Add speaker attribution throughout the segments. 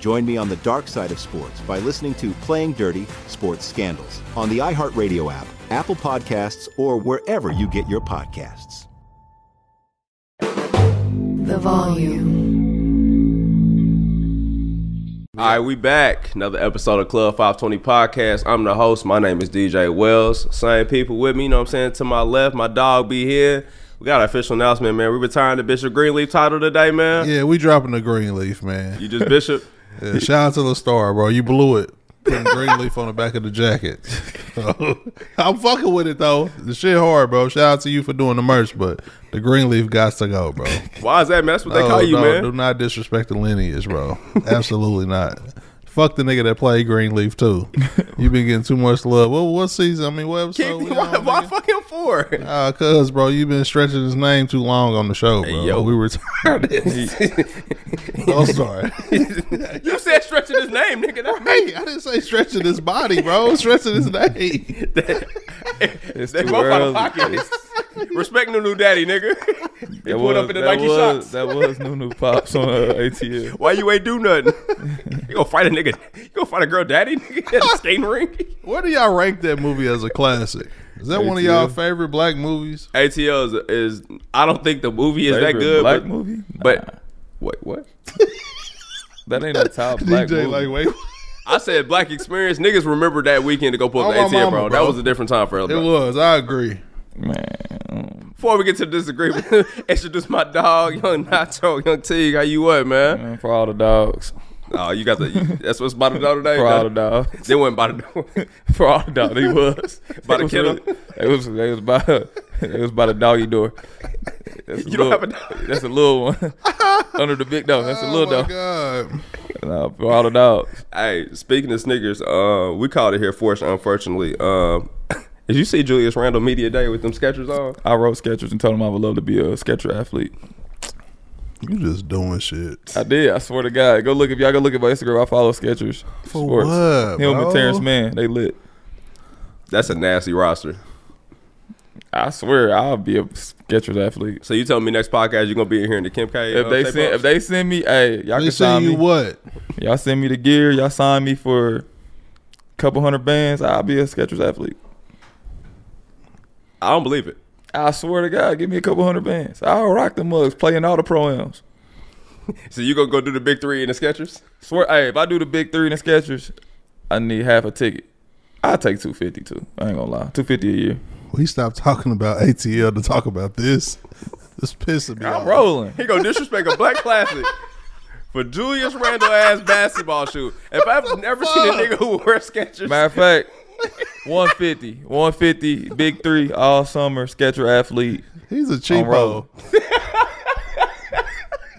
Speaker 1: Join me on the dark side of sports by listening to Playing Dirty Sports Scandals on the iHeartRadio app, Apple Podcasts, or wherever you get your podcasts.
Speaker 2: The volume.
Speaker 3: All right, we back. Another episode of Club 520 Podcast. I'm the host. My name is DJ Wells. Same people with me, you know what I'm saying? To my left, my dog be here. We got an official announcement, man. We retiring the Bishop Greenleaf title today, man.
Speaker 4: Yeah, we dropping the green leaf, man.
Speaker 3: You just Bishop.
Speaker 4: Yeah, shout out to the star, bro. You blew it. Putting green leaf on the back of the jacket. I'm fucking with it though. The shit hard, bro. Shout out to you for doing the merch, but the green leaf got to go, bro.
Speaker 3: Why is that, man? That's what they
Speaker 4: No,
Speaker 3: call you,
Speaker 4: no,
Speaker 3: man.
Speaker 4: Do not disrespect the lineage, bro. Absolutely not. Fuck the nigga that played Greenleaf too. you been getting too much love. What what season? I mean, what episode?
Speaker 3: Kick-
Speaker 4: we
Speaker 3: why,
Speaker 4: on,
Speaker 3: why
Speaker 4: nigga?
Speaker 3: fuck him for?
Speaker 4: Nah, cuz bro, you been stretching his name too long on the show, bro.
Speaker 3: yo.
Speaker 4: We retired it. I'm sorry.
Speaker 3: you said stretching his name, nigga. That's
Speaker 4: Hey, I didn't say stretching his body, bro. stretching his name.
Speaker 3: It's they both out of pocket. Respect new new daddy, nigga. They pulled up in the Nike shops.
Speaker 5: That was new new pops on uh, ATL.
Speaker 3: Why you ain't do nothing? you gonna fight a nigga? You gonna fight a girl, daddy? Nigga, at the skating rink?
Speaker 4: Where do y'all rank that movie as a classic? Is that one of y'all
Speaker 5: ATL.
Speaker 4: favorite black movies?
Speaker 3: ATL is, is I don't think the movie is that
Speaker 5: Favorite
Speaker 3: good.
Speaker 5: black
Speaker 3: but,
Speaker 5: movie?
Speaker 3: but
Speaker 5: Nah. wait, what? that ain't a top black
Speaker 4: DJ,
Speaker 5: movie.
Speaker 4: like, wait,
Speaker 3: I said black experience. Niggas remember that weekend to go pull up
Speaker 4: Oh,
Speaker 3: the
Speaker 4: my
Speaker 3: ATL,
Speaker 4: mama,
Speaker 3: bro. That
Speaker 4: bro.
Speaker 3: was a different time for us.
Speaker 4: it
Speaker 3: bro.
Speaker 4: was. I agree.
Speaker 5: man,
Speaker 3: Before we get to the disagreement, introduce my dog, Young Nacho, Young Teague. How you what, man?
Speaker 5: man, for all the dogs,
Speaker 3: Oh, you got the. you- that's what's by the door today.
Speaker 5: for all the
Speaker 3: man.
Speaker 5: dogs,
Speaker 3: They went by the door.
Speaker 5: for all the dogs, they was
Speaker 3: By the
Speaker 5: They was
Speaker 3: kennel?
Speaker 5: really- They was they was by they was by the doggy door. That's a
Speaker 3: You don't
Speaker 5: little,
Speaker 3: have a dog.
Speaker 5: That's a little one under the big dog. That's a
Speaker 4: Oh
Speaker 5: little
Speaker 4: my
Speaker 5: dog.
Speaker 4: god.
Speaker 5: Nah, for all the dogs.
Speaker 3: Hey, speaking of sneakers, uh, we called it here forced, unfortunately. Um, did you see Julius Randle media day with them Skechers on?
Speaker 5: I wrote sketchers and told him I would love to be a sketcher athlete.
Speaker 4: You just doing shit.
Speaker 5: I did. I swear to God. Go look if y'all go look at my Instagram. I follow Skechers
Speaker 4: For what,
Speaker 5: Him
Speaker 4: bro?
Speaker 5: and Terrence Mann, they lit.
Speaker 3: That's a nasty roster.
Speaker 5: I swear, I'll be a Skechers athlete.
Speaker 3: So you telling me next podcast you're gonna be here in the Kim K?
Speaker 5: If
Speaker 3: uh,
Speaker 5: they
Speaker 3: shape
Speaker 5: send,
Speaker 3: ups?
Speaker 5: if they send me, hey, y'all
Speaker 4: They
Speaker 5: can
Speaker 4: see
Speaker 5: sign
Speaker 4: you
Speaker 5: me.
Speaker 4: what?
Speaker 5: Y'all send me the gear. Y'all sign me for a couple hundred bands. I'll be a Skechers athlete.
Speaker 3: I don't believe it.
Speaker 5: I swear to God, give me a couple hundred bands. I'll rock the mugs, playing all the proams.
Speaker 3: So you gonna go do the big three in the Skechers?
Speaker 5: Swear, hey, if I do the big three in the Skechers, I need half a ticket. I take two fifty too. I ain't gonna lie, two fifty a year.
Speaker 4: We stopped talking about ATL to talk about this. This pissing me
Speaker 5: I'm
Speaker 4: off.
Speaker 5: rolling.
Speaker 3: He gonna disrespect a black classic for Julius Randle ass basketball shoe. If I've never seen a nigga who wears Skechers,
Speaker 5: Matter of fact, 150, 150, big three, all summer, Sketcher athlete,
Speaker 4: He's a
Speaker 5: rolling.
Speaker 4: cheapo.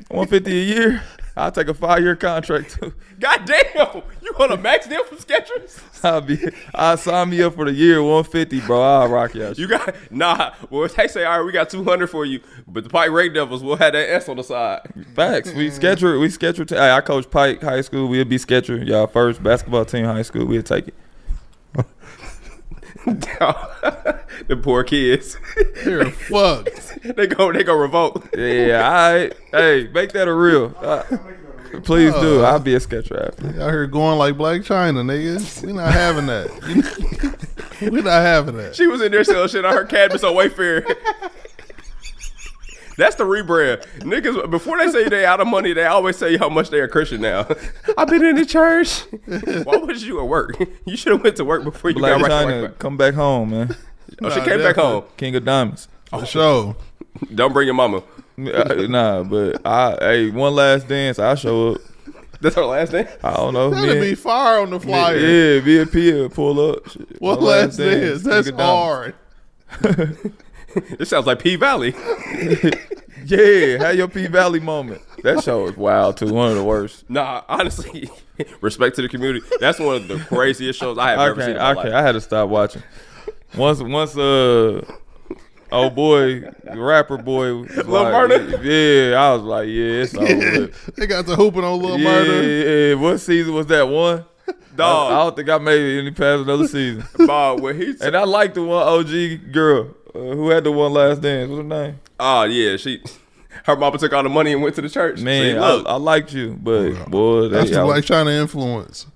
Speaker 5: 150 a year. I'll take a five year contract too.
Speaker 3: God damn, you want a max deal from Skechers?
Speaker 5: I'll be, I sign me up for the year 150, bro. I'll rock y'all.
Speaker 3: You got nah. Well, they say all right, we got two hundred for you, but the Pike Ray Devils will have that S on the side.
Speaker 5: Facts. We Sketcher. We Sketcher. T- hey, I coach Pike High School. We'll be Sketcher. Y'all first basketball team high school. We'll take it.
Speaker 3: the poor kids,
Speaker 4: You're fucked.
Speaker 3: they go they go revolt.
Speaker 5: Yeah. All right. Hey, make that a real. Uh, please do. I'll be a Sketcher athlete.
Speaker 4: Uh, Out here going like Black China, nigga. We not having that. we not having that.
Speaker 3: She was in there selling shit on her cabinets on Wayfair. That's the rebrand. Niggas, before they say they out of money, they always say how much they are Christian now. I've been in the church. Why was you at work? You should have went to work before you
Speaker 5: Black
Speaker 3: got right to
Speaker 5: China,
Speaker 3: work.
Speaker 5: come back home, man.
Speaker 3: Oh, she
Speaker 4: Nah,
Speaker 3: came back
Speaker 4: definitely.
Speaker 3: home.
Speaker 5: King of Diamonds.
Speaker 4: For sure.
Speaker 3: Don't bring your mama.
Speaker 5: Uh, nah, but I hey, one last dance. I show up.
Speaker 3: That's her last name?
Speaker 5: I don't know. me
Speaker 4: That'd
Speaker 5: and-
Speaker 4: be fire on the flyer.
Speaker 5: Yeah, be a peer, pull up. Shit.
Speaker 4: What
Speaker 5: One
Speaker 4: last dance?
Speaker 5: King
Speaker 4: That's
Speaker 5: of Diamonds.
Speaker 4: hard.
Speaker 3: It sounds like P Valley.
Speaker 5: Yeah, have your P Valley moment. That show is wild too. One of the worst.
Speaker 3: Nah, honestly, respect to the community. That's one of the craziest shows I have ever
Speaker 5: Okay,
Speaker 3: seen. In my
Speaker 5: okay,
Speaker 3: life.
Speaker 5: I had to stop watching. Once, once, uh, oh boy, rapper boy, was
Speaker 3: Murda?
Speaker 5: like, yeah, I was like, yeah, it's over. with.
Speaker 4: they got the hooping on Lil
Speaker 5: yeah,
Speaker 4: Murder.
Speaker 5: yeah, what season was that one?
Speaker 3: Dog.
Speaker 5: I, I don't think I made it any past another season.
Speaker 3: Bob, when he
Speaker 5: And I like the one OG girl uh, who had the one last dance. What's her name?
Speaker 3: oh yeah, she, her mama took all the money and went to the church.
Speaker 5: Man,
Speaker 3: See,
Speaker 5: I,
Speaker 3: look,
Speaker 5: I liked you, but boy, they,
Speaker 4: That's
Speaker 5: I
Speaker 4: the
Speaker 5: was-
Speaker 4: Black China influence.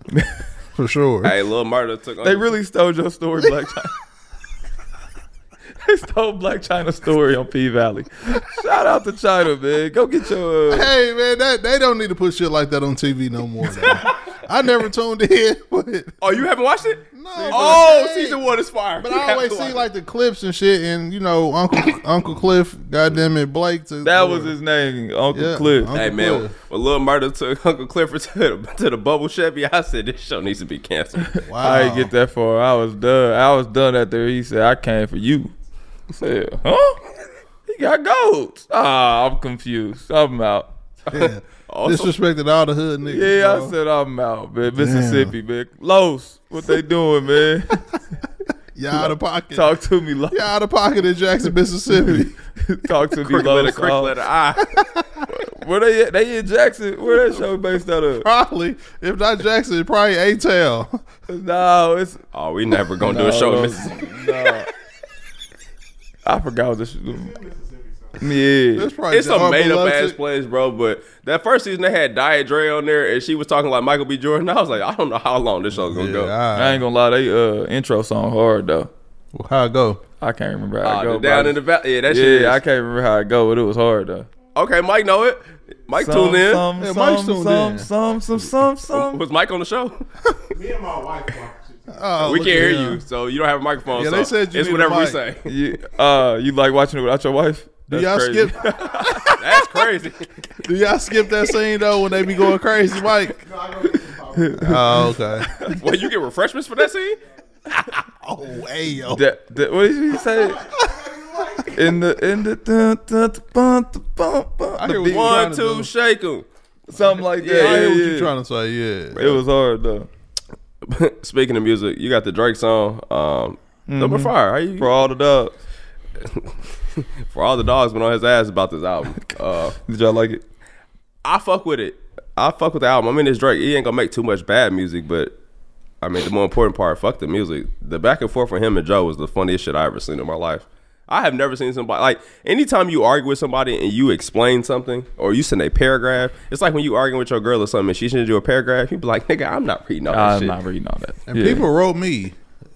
Speaker 4: For sure.
Speaker 3: hey, Lil Murder took.
Speaker 5: they really stole your story, Black China. they stole Black China's story on P Valley. Shout out to China, man. Go get your. Uh,
Speaker 4: Hey man, that they don't need to put shit like that on TV no more. though. I never tuned in, but
Speaker 3: Oh, you haven't watched it?
Speaker 4: No,
Speaker 3: Oh,
Speaker 4: but-
Speaker 3: season one is fire.
Speaker 4: But
Speaker 3: You
Speaker 4: I
Speaker 3: have
Speaker 4: always
Speaker 3: to watch
Speaker 4: see
Speaker 3: it.
Speaker 4: like the clips and shit, and you know Uncle Uncle Cliff, goddamn it, Blake. To,
Speaker 5: that was his name, Uncle
Speaker 4: Yeah,
Speaker 5: Cliff.
Speaker 4: Uncle
Speaker 3: Hey man,
Speaker 4: Cliff.
Speaker 3: when Lil Murder took Uncle Clifford to the, to the bubble Chevy, I said this show needs to be canceled.
Speaker 4: Wow.
Speaker 5: I didn't get that far. I was done. I was done after he said, "I came for you." I said, "Huh? He got gold." Ah, I'm confused. I'm out.
Speaker 4: Yeah. Disrespected all the hood niggas.
Speaker 5: Yeah,
Speaker 4: bro.
Speaker 5: I said I'm out, man. Mississippi, man. Los, what they doing, man?
Speaker 4: y'all out of pocket.
Speaker 5: Talk to me, Los.
Speaker 4: Y'all out of pocket in Jackson, Mississippi.
Speaker 5: Talk to me,
Speaker 3: Crick letter,
Speaker 5: Los.
Speaker 3: crick letter,
Speaker 5: Oh,
Speaker 3: I.
Speaker 5: Where they at? They in Jackson? Where that show based out of?
Speaker 4: probably, if not Jackson, probably A-Town.
Speaker 5: No, it's
Speaker 3: Oh, we never gonna do a show in Mississippi.
Speaker 5: No. I forgot what this. Yeah,
Speaker 4: That's probably
Speaker 3: It's a
Speaker 4: John
Speaker 3: made up
Speaker 4: Biloxi.
Speaker 3: ass place, bro. But that first season they had Dia Dre on there, and she was talking like Michael B. Jordan. I was like, I don't know how long this show's gonna
Speaker 4: Yeah,
Speaker 3: go.
Speaker 5: I
Speaker 4: all right.
Speaker 5: ain't gonna lie. They uh intro song hard though.
Speaker 4: Well, how it go?
Speaker 5: I can't remember how
Speaker 3: Ah,
Speaker 5: it
Speaker 3: the
Speaker 5: go.
Speaker 3: down
Speaker 5: bro.
Speaker 3: in the valley. Yeah, that shit.
Speaker 5: yeah, I
Speaker 3: is-
Speaker 5: can't remember how it go, but it was hard though.
Speaker 3: Okay, Mike know it. Mike
Speaker 5: Some,
Speaker 3: tuned in.
Speaker 5: Some,
Speaker 4: Yeah,
Speaker 5: some,
Speaker 4: Mike's tuned
Speaker 5: some,
Speaker 4: in.
Speaker 5: some, some, some, some.
Speaker 3: Was Mike on the show?
Speaker 4: Oh,
Speaker 3: we
Speaker 4: look
Speaker 3: can't
Speaker 4: at
Speaker 3: hear
Speaker 4: him.
Speaker 3: you, so you don't have a microphone.
Speaker 4: Yeah,
Speaker 3: so
Speaker 4: they said you
Speaker 3: it's
Speaker 4: need a
Speaker 3: whatever we
Speaker 4: mic.
Speaker 3: say.
Speaker 5: You, uh, you like watching it without your wife?
Speaker 4: Do
Speaker 5: That's
Speaker 4: y'all
Speaker 5: crazy.
Speaker 4: skip?
Speaker 3: That's crazy.
Speaker 4: Do y'all skip that scene though when they be going crazy, Mike? oh, okay.
Speaker 3: well, you get refreshments for that scene.
Speaker 4: Oh, hey yo.
Speaker 5: That, that, what did he say? in the in the dun, dun, dun, dun, dun, dun,
Speaker 4: I
Speaker 5: the
Speaker 4: hear
Speaker 5: beat,
Speaker 4: what
Speaker 3: One,
Speaker 4: trying to
Speaker 3: two,
Speaker 4: do.
Speaker 3: shake him.
Speaker 5: something like that.
Speaker 3: Yeah,
Speaker 4: I hear what
Speaker 5: yeah,
Speaker 4: you
Speaker 5: yeah.
Speaker 4: trying to say. Yeah.
Speaker 5: It was hard though.
Speaker 3: Speaking of music, you got the Drake song, um, number
Speaker 5: Mm-hmm.
Speaker 3: five. How you
Speaker 5: For all the dogs,
Speaker 3: for all the dogs been on his ass about this album. Uh,
Speaker 5: did y'all like it?
Speaker 3: I fuck with it. I fuck with the album. I mean, it's Drake. He ain't gonna make too much bad music, but I mean, the more important part, fuck the music. The back and forth from him and Joe was the funniest shit I ever seen in my life. I have never seen somebody like anytime you argue with somebody and you explain something or you send a paragraph. It's like when you arguing with your girl or something and she sends you a paragraph. You be like, nigga, I'm not reading all that
Speaker 5: I'm
Speaker 3: Oh, shit.
Speaker 5: Ah, not reading all that.
Speaker 4: And people wrote me.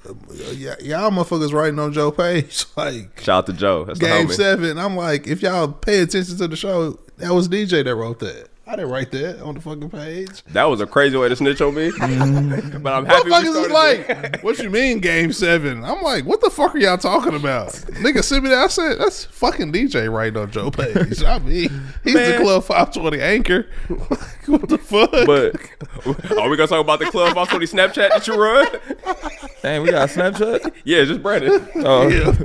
Speaker 4: uh, y- y'all motherfuckers writing on Joe Page like
Speaker 3: Shout out to Joe. That's the
Speaker 4: game
Speaker 3: homie.
Speaker 4: seven. I'm like, if y'all pay attention to the show, that was DJ that wrote that. I didn't write that on the fucking page.
Speaker 3: That was a crazy way to snitch on me. but I'm happy. we
Speaker 4: Motherfuckers is
Speaker 3: started it.
Speaker 4: like, what you mean game seven? I'm like, what the fuck are y'all talking about? Nigga sent me that. I said, that's fucking DJ right on Joe Page. I mean, he's the
Speaker 3: Man.
Speaker 4: Club 520 anchor. Like, what the fuck?
Speaker 3: But are we gonna talk about the club 520 Snapchat that you run?
Speaker 5: Dang, we got a Snapchat.
Speaker 3: yeah, just Brandon.
Speaker 5: Oh,
Speaker 4: yeah,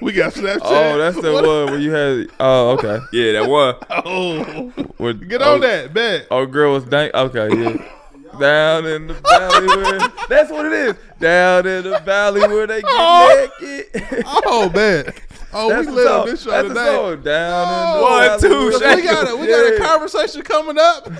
Speaker 4: we got Snapchat.
Speaker 5: oh, that's the
Speaker 4: What-
Speaker 5: one where you had. Oh, okay.
Speaker 3: Yeah, that one.
Speaker 4: Oh,
Speaker 5: With-
Speaker 4: get
Speaker 5: oh,
Speaker 4: on that, bet.
Speaker 5: Oh, girl was dank. Okay, yeah. Down in the valley where that's what it is. Down in the valley where they get naked.
Speaker 4: Oh, man. Oh,
Speaker 5: that's
Speaker 4: we
Speaker 5: the
Speaker 4: live
Speaker 5: song.
Speaker 4: this show
Speaker 5: that's the
Speaker 4: today.
Speaker 5: song. Down
Speaker 3: One,
Speaker 5: in the
Speaker 3: two,
Speaker 5: valley.
Speaker 4: Look,
Speaker 5: where-
Speaker 4: we got a, we got a
Speaker 5: Yeah.
Speaker 4: conversation coming up.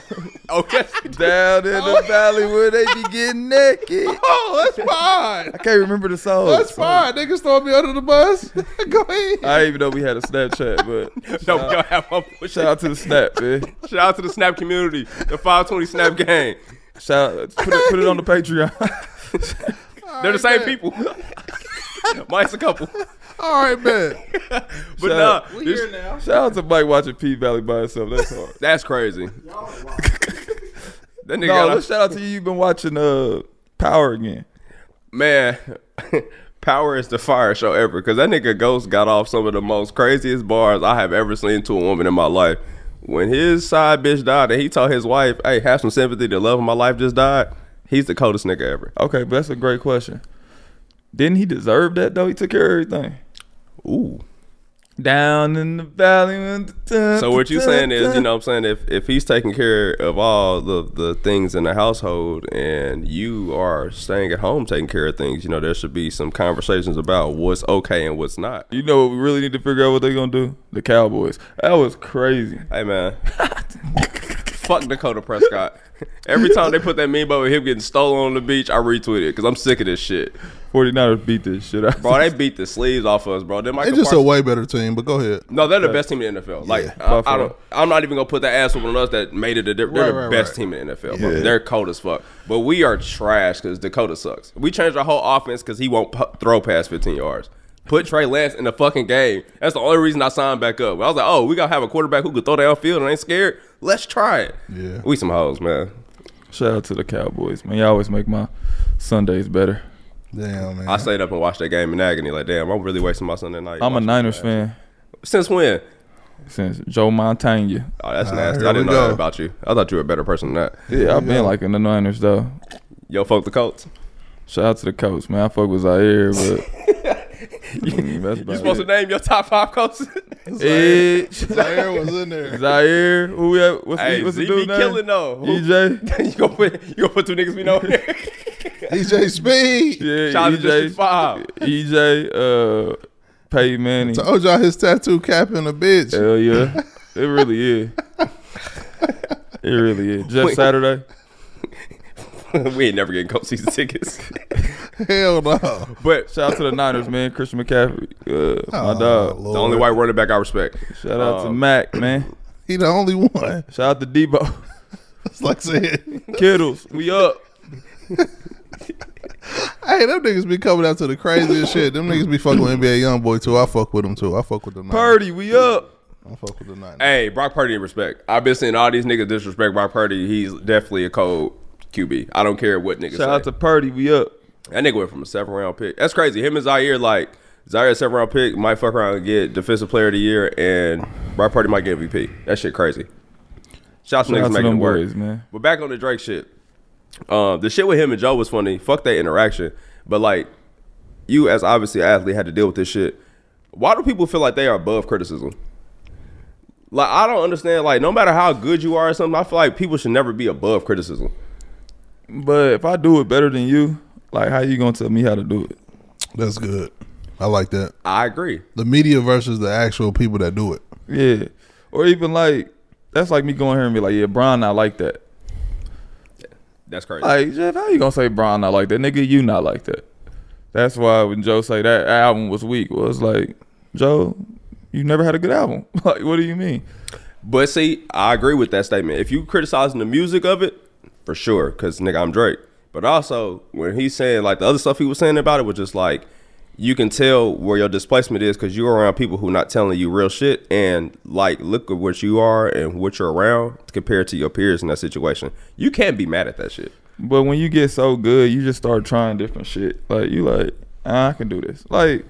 Speaker 3: Okay.
Speaker 5: Down in the valley where they be getting naked.
Speaker 4: Oh, that's fine.
Speaker 5: I can't remember the song.
Speaker 4: That's fine. Niggas throwing me under the bus. Go ahead.
Speaker 5: I didn't even know we had a Snapchat, but
Speaker 3: No, we gonna have one.
Speaker 5: shout out to the Snap, man.
Speaker 3: Shout out to the Snap community, the 520 Snap gang.
Speaker 5: Shout out, put it, put it on the Patreon.
Speaker 3: They're the same people. Mine's a couple.
Speaker 4: All right, man.
Speaker 3: But
Speaker 5: Shout
Speaker 3: nah,
Speaker 5: out.
Speaker 3: this-
Speaker 5: Shout out to Mike watching P Valley by himself. That's hard.
Speaker 3: that's crazy. that nigga
Speaker 5: No,
Speaker 3: got a-
Speaker 5: let's shout out to you. You've been watching uh Power again.
Speaker 3: Man, Power is the fire show ever because that nigga Ghost got off some of the most craziest bars I have ever seen to a woman in my life. When his side bitch died and he told his wife, hey, have some sympathy, the love of my life just died, he's the coldest nigga ever.
Speaker 5: Okay, but that's a great question. Didn't he deserve that though? He took care of everything.
Speaker 3: Ooh.
Speaker 5: Down in the valley.
Speaker 3: So what you saying is, you know what I'm saying, if, if he's taking care of all the, the things in the household and you are staying at home taking care of things, you know, there should be some conversations about what's okay and what's not.
Speaker 5: You know what we really need to figure out what they're gonna do? The Cowboys. That was crazy.
Speaker 3: Hey man, fuck Dakota Prescott. Every time they put that meme about him getting stolen on the beach, I retweet it because I'm sick of this shit.
Speaker 5: 49ers beat this shit out.
Speaker 3: Bro, they beat the sleeves off us, bro. They're
Speaker 4: It's just a way better team, but go ahead.
Speaker 3: no, they're the best team in the NFL. Like I, I
Speaker 5: Buffalo.
Speaker 3: don't, I'm not even gonna put that ass on us that made it. A, they're they're
Speaker 4: Right,
Speaker 3: the
Speaker 4: right,
Speaker 3: best
Speaker 4: right.
Speaker 3: team in the NFL. Bro. They're cold as fuck, but we are trash because Dakota sucks. We changed our whole offense because he won't pu- throw past 15 yards. Put Trey Lance in the fucking game. That's the only reason I signed back up. I was like, oh, we gotta have a quarterback who could throw downfield and ain't scared. Let's try it.
Speaker 4: Yeah.
Speaker 3: we some hoes, man.
Speaker 5: Shout out to the Cowboys, man. Y'all always make my Sundays better.
Speaker 4: Damn, man.
Speaker 3: I stayed up and watched that game in agony. Like, damn, I'm really wasting my Sunday night.
Speaker 5: I'm a
Speaker 3: watching
Speaker 5: Niners
Speaker 3: that.
Speaker 5: fan
Speaker 3: Since when?
Speaker 5: since Joe Montana.
Speaker 3: Oh, that's
Speaker 4: All right,
Speaker 3: nasty.
Speaker 4: here
Speaker 3: I didn't
Speaker 4: we
Speaker 3: know that
Speaker 4: go.
Speaker 3: about you. I thought you were a better person than that.
Speaker 5: Yeah, I've been liking the Niners though.
Speaker 3: Yo, fuck the Colts.
Speaker 5: Shout out to the coach, man. I fuck with Zaire, but Mm, that's about
Speaker 3: You supposed
Speaker 5: it.
Speaker 3: to name your top five coaches?
Speaker 5: Edge,
Speaker 4: Zaire was in there.
Speaker 5: Zaire, who we have? What's,
Speaker 3: hey,
Speaker 5: the, what's
Speaker 3: Z
Speaker 5: the
Speaker 3: be
Speaker 5: dude name?
Speaker 3: killing though. Who-
Speaker 5: E EJ.
Speaker 3: you gonna put you gonna put two niggas we know? in there?
Speaker 4: EJ Speed.
Speaker 5: Yeah, E
Speaker 3: Shout out to District
Speaker 5: EJ.
Speaker 3: Five.
Speaker 5: EJ, uh, Pay Manning.
Speaker 4: Told y'all his tattoo cap in a bitch.
Speaker 5: Hell yeah, it really is. It really is. Jeff
Speaker 3: Wait.
Speaker 5: Saturday.
Speaker 3: we ain't never getting Colts season tickets.
Speaker 4: Hell no.
Speaker 3: But
Speaker 5: Shout out to the Niners, man. Christian McCaffrey, uh,
Speaker 4: Oh,
Speaker 5: my dog.
Speaker 4: Lord.
Speaker 3: the only white running back I respect.
Speaker 5: Shout out to
Speaker 3: Um,
Speaker 5: Mac, man.
Speaker 4: He the only one.
Speaker 5: Shout out to Debo.
Speaker 4: It's like saying,
Speaker 5: Kittles, we up.
Speaker 4: hey, them niggas be coming out to the craziest shit. Them niggas be fucking with NBA young boy too. I fuck with them too. I fuck with the Niners.
Speaker 5: Purdy, we up.
Speaker 4: I fuck with the Niners.
Speaker 3: Hey, Brock Purdy in respect. I've been seeing all these niggas disrespect Brock Purdy. He's definitely a cold QB. I don't care what niggas
Speaker 5: Shout
Speaker 3: say.
Speaker 5: out to Purdy, we up.
Speaker 3: That nigga went from a seven round pick. That's crazy. Him and Zaire, like Zaire, seven round pick, might fuck around and get defensive player of the year, and Brock Purdy might get MVP. That shit crazy. Shout out to
Speaker 5: Shout out
Speaker 3: niggas
Speaker 5: to
Speaker 3: making
Speaker 5: them
Speaker 3: it work.
Speaker 5: boys, man.
Speaker 3: But back on the Drake shit. Uh, the shit with him and Joe was funny. Fuck that interaction. But like, you as obviously an athlete had to deal with this shit. Why do people feel like they are above criticism? Like I don't understand. Like no matter how good you are or something, I feel like people should never be above criticism.
Speaker 5: But if I do it better than you, like how you gonna tell me how to do it?
Speaker 4: That's good. I like that.
Speaker 3: I agree.
Speaker 4: The media versus the actual people that do it.
Speaker 5: Yeah. Or even like that's like me going here and be like, yeah, Brian not like that.
Speaker 3: That's crazy.
Speaker 5: Like, Jeff, how you gonna say Brian not like that? Nigga, you not like that. That's why when Joe say that album was weak, well, it's like, Joe, you never had a good album. like, what do you mean?
Speaker 3: But see, I agree with that statement. If you criticizing the music of it, for sure, because nigga, I'm Drake. But also, when he's saying like the other stuff he was saying about it was just like you can tell where your displacement is because you're around people who not telling you real shit and like look at what you are and what you're around compared to your peers in that situation. You can't be mad at that shit.
Speaker 5: But when you get so good, you just start trying different shit. Like you like, ah, I can do this. Like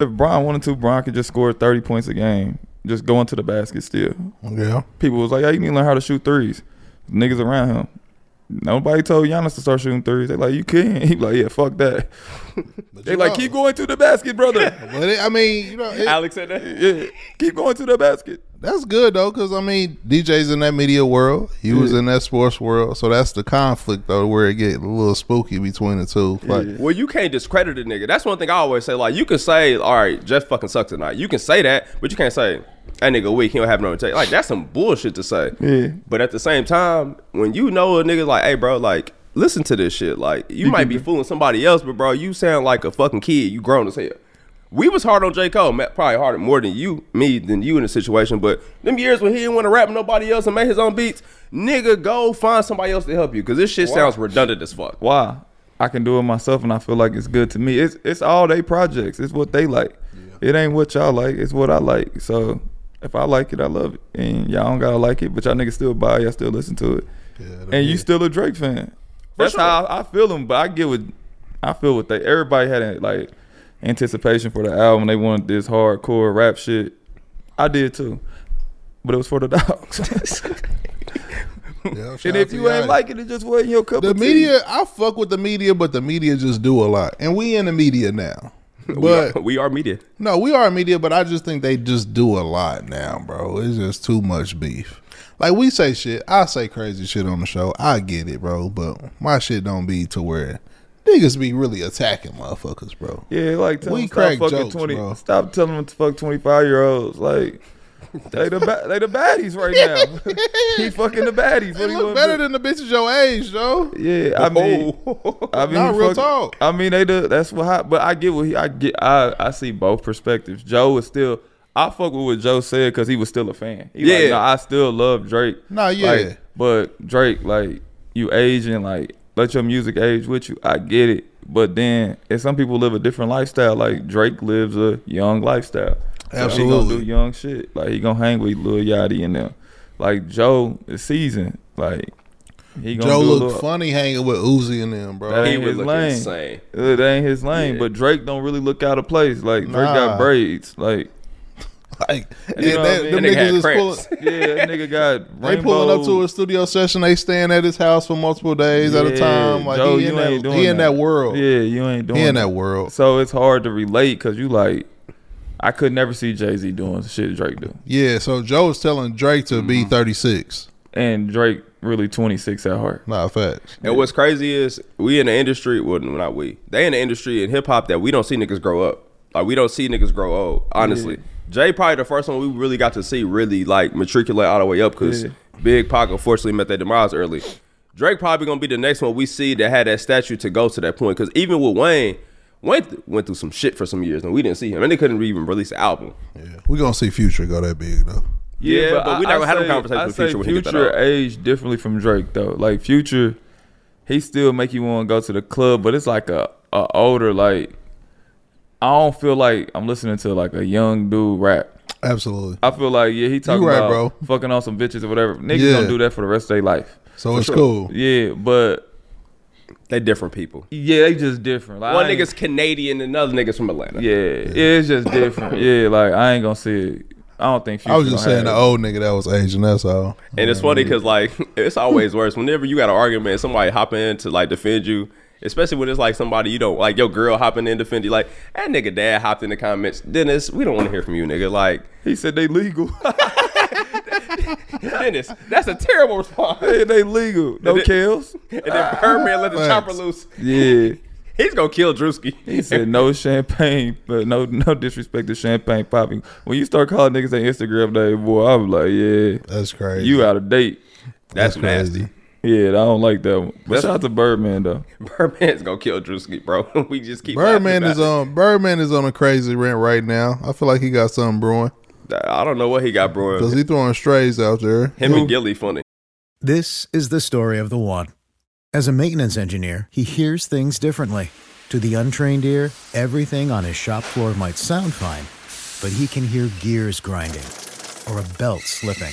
Speaker 5: if Brian wanted to, Brian could just score thirty points a game, just go into the basket still.
Speaker 4: Yeah.
Speaker 5: People was like, "Hey, you need to learn how to shoot threes. Niggas around him. Nobody told Giannis to start shooting threes. They like, "You can." He like, "Yeah, fuck that." they
Speaker 4: you
Speaker 5: like,
Speaker 4: know.
Speaker 5: "Keep going to the basket, brother."
Speaker 4: But it, I mean, you know, it-
Speaker 3: Alex said that.
Speaker 5: yeah, keep going to the basket.
Speaker 4: that's good though, because I mean, DJ's in that media world. He was in that sports world, so that's the conflict though, where it get a little spooky between the two. Like,
Speaker 3: Well, you can't discredit a nigga. That's one thing I always say. Like, you can say, all right, Jeff fucking sucks tonight. You can say that, but you can't say, that nigga weak, he don't have no take. Like, that's some bullshit to say.
Speaker 5: Yeah.
Speaker 3: But at the same time, when you know a nigga like, hey, bro, like, listen to this shit. Like, you, might be fooling somebody else, but bro, you sound like a fucking kid. You grown as hell. We was hard on J. Cole, ma- probably harder more than you, me than you in the situation. But them years when he didn't want to rap with nobody else and make his own beats, nigga, go find somebody else to help you because this shit sounds redundant as fuck.
Speaker 5: why I can do it myself and I feel like it's good to me. It's it's all they projects. It's what they like. It ain't what y'all like. It's what I like. So if I like it, I love it, and y'all don't gotta like it, but y'all niggas still buy. it, Y'all still listen to it, and you still a Drake fan. That's
Speaker 3: sure.
Speaker 5: how I, I feel them. But I get what I feel what they. Everybody had a, like anticipation for the album. They wanted this hardcore rap shit. I did too, but it was for the dogs.
Speaker 4: yeah, shout
Speaker 5: and
Speaker 4: out
Speaker 5: if
Speaker 4: to
Speaker 5: you ain't
Speaker 4: Giannis.
Speaker 5: like it, it just wasn't your cup
Speaker 4: the
Speaker 5: of tea.
Speaker 4: media, I fuck with the media, but the media just do a lot, and we in the media now.
Speaker 3: We are-
Speaker 4: But
Speaker 3: we are media.
Speaker 4: no, we are media, but I just think they just do a lot now, bro. It's just too much beef. Like we say shit, I say crazy shit on the show. I get it, bro, but my shit don't be to where niggas be really attacking motherfuckers, bro.
Speaker 5: Yeah, like tell
Speaker 4: We
Speaker 5: them
Speaker 4: crack
Speaker 5: stop fucking
Speaker 4: jokes,
Speaker 5: twenty.
Speaker 4: bro.
Speaker 5: Stop telling them to fuck twenty five year olds. Like they the ba- they the baddies right now. he fucking the baddies. What
Speaker 4: They
Speaker 5: do you
Speaker 4: look
Speaker 5: wanna
Speaker 4: better
Speaker 5: do?
Speaker 4: than the bitches your age, though.
Speaker 5: yeah, I mean,
Speaker 3: Oh.
Speaker 5: I mean,
Speaker 4: Nah,
Speaker 5: he
Speaker 4: real
Speaker 5: fucking-
Speaker 4: talk.
Speaker 5: I mean, they the that's what. Hot, but I get what he. I get. I I see both perspectives. Joe is still. I fuck with what Joe said because he was still a fan. He like,
Speaker 3: Yeah.
Speaker 5: nah, I still love Drake.
Speaker 4: Nah, yeah.
Speaker 5: Like, but Drake, like, you aging, like, let your music age with you. I get it. But then, if some people live a different lifestyle, like Drake lives a young lifestyle. So he
Speaker 4: Absolutely.
Speaker 5: gonna do young shit. Like, he gonna hang with Lil Yachty and them. Like, Joe is seasoned. Like, he gonna
Speaker 4: Joe
Speaker 5: do a
Speaker 4: look
Speaker 5: little-
Speaker 4: funny hanging with Uzi and them, bro.
Speaker 5: That
Speaker 3: He
Speaker 5: ain't
Speaker 3: would
Speaker 5: his
Speaker 3: look
Speaker 5: lane.
Speaker 3: insane.
Speaker 5: Uh, That ain't his lane. But Drake don't really look out of place. Like, Drake
Speaker 4: Nah.
Speaker 5: got braids. Like,
Speaker 4: Like,
Speaker 5: you know what I
Speaker 4: that-
Speaker 5: mean?
Speaker 4: them
Speaker 5: That nigga
Speaker 4: niggas
Speaker 3: had
Speaker 4: is pulling,
Speaker 3: cramps.
Speaker 5: yeah, that nigga got
Speaker 4: they pulling up to
Speaker 5: rainbow-
Speaker 4: a studio session. They staying at his house for multiple days at a
Speaker 5: Yeah,
Speaker 4: time. Like
Speaker 5: Joe,
Speaker 4: he in
Speaker 5: you
Speaker 4: that,
Speaker 5: ain't doing
Speaker 4: he in that world.
Speaker 5: Yeah, you ain't doing
Speaker 4: He in that world.
Speaker 5: So it's hard to relate because you like, I could never see Jay Z doing shit Drake do,
Speaker 4: Yeah. So Joe's telling Drake to be thirty six.
Speaker 5: and Drake really twenty six at heart.
Speaker 4: Nah, facts.
Speaker 3: And what's crazy is we in the industry, well, not we, they in the industry in hip hop that we don't see niggas grow up. Like we don't see niggas grow old. Honestly, Jay probably the first one we really got to see really like matriculate all the way up because
Speaker 5: Yeah.
Speaker 3: Big Pac unfortunately met their demise early. Drake probably gonna be the next one we see that had that statue to go to that point because even with Wayne, Wayne th- went through some shit for some years and we didn't see him and they couldn't even release an album.
Speaker 4: Yeah. We gonna see Future go that big though.
Speaker 3: Yeah, but, we're not gonna have
Speaker 5: say-
Speaker 3: a conversation
Speaker 5: I
Speaker 3: with
Speaker 5: say
Speaker 3: Future when he get that
Speaker 5: Future
Speaker 3: out.
Speaker 5: age differently from Drake though. Like Future, he still make you want to go to the club, but it's like a, a older like. I don't feel like I'm listening to like a young dude rap.
Speaker 4: Absolutely.
Speaker 5: I feel like yeah, he talking
Speaker 4: right,
Speaker 5: about
Speaker 4: bro.
Speaker 5: fucking on some bitches or whatever. Niggas
Speaker 4: Yeah.
Speaker 5: don't do that for the rest of their life.
Speaker 4: So it's cool.
Speaker 5: Yeah, but
Speaker 3: They different people.
Speaker 5: yeah, they just different. Like,
Speaker 3: One
Speaker 5: I ain't-
Speaker 3: nigga's Canadian, another nigga's from Atlanta.
Speaker 5: yeah, yeah, it's just different. yeah, like I ain't gonna see it. I don't think. Future
Speaker 4: I was just
Speaker 5: gonna
Speaker 4: saying the
Speaker 5: have it.
Speaker 4: old nigga that was aging. That's all.
Speaker 3: And it's funny because like it's always worse whenever you got an argument, and somebody hop in to like defend you, especially when it's like somebody you don't like. Your girl hopping in to defend you, like that nigga dad hopped in the comments. Dennis, we don't want to hear from you, nigga. Like
Speaker 5: He said they legal.
Speaker 3: Dennis, that's a terrible response.
Speaker 5: Hey, they legal. No
Speaker 3: And it-
Speaker 5: kills.
Speaker 3: And then Birdman let the
Speaker 4: Thanks.
Speaker 3: chopper loose.
Speaker 5: Yeah.
Speaker 3: He's gonna kill Drewski.
Speaker 5: He said no champagne, but no no disrespect to champagne popping. When you start calling niggas on Instagram day, boy, I'm like, yeah,
Speaker 4: That's crazy.
Speaker 5: you out of date.
Speaker 3: That's nasty.
Speaker 5: Yeah, I don't like that one. But shout out to Birdman though.
Speaker 3: Birdman's gonna kill Drewski, bro. we just keep laughing
Speaker 4: Birdman
Speaker 3: about
Speaker 4: is
Speaker 3: it.
Speaker 4: on. Birdman is on a crazy rant right now. I feel like he got something brewing
Speaker 3: I don't know what he got, bro.
Speaker 4: because he throwing strays out there.
Speaker 3: Him and Gilly funny.
Speaker 6: This is the story of the one. As a maintenance engineer, he hears things differently. To the untrained ear, everything on his shop floor might sound fine, but he can hear gears grinding or a belt slipping.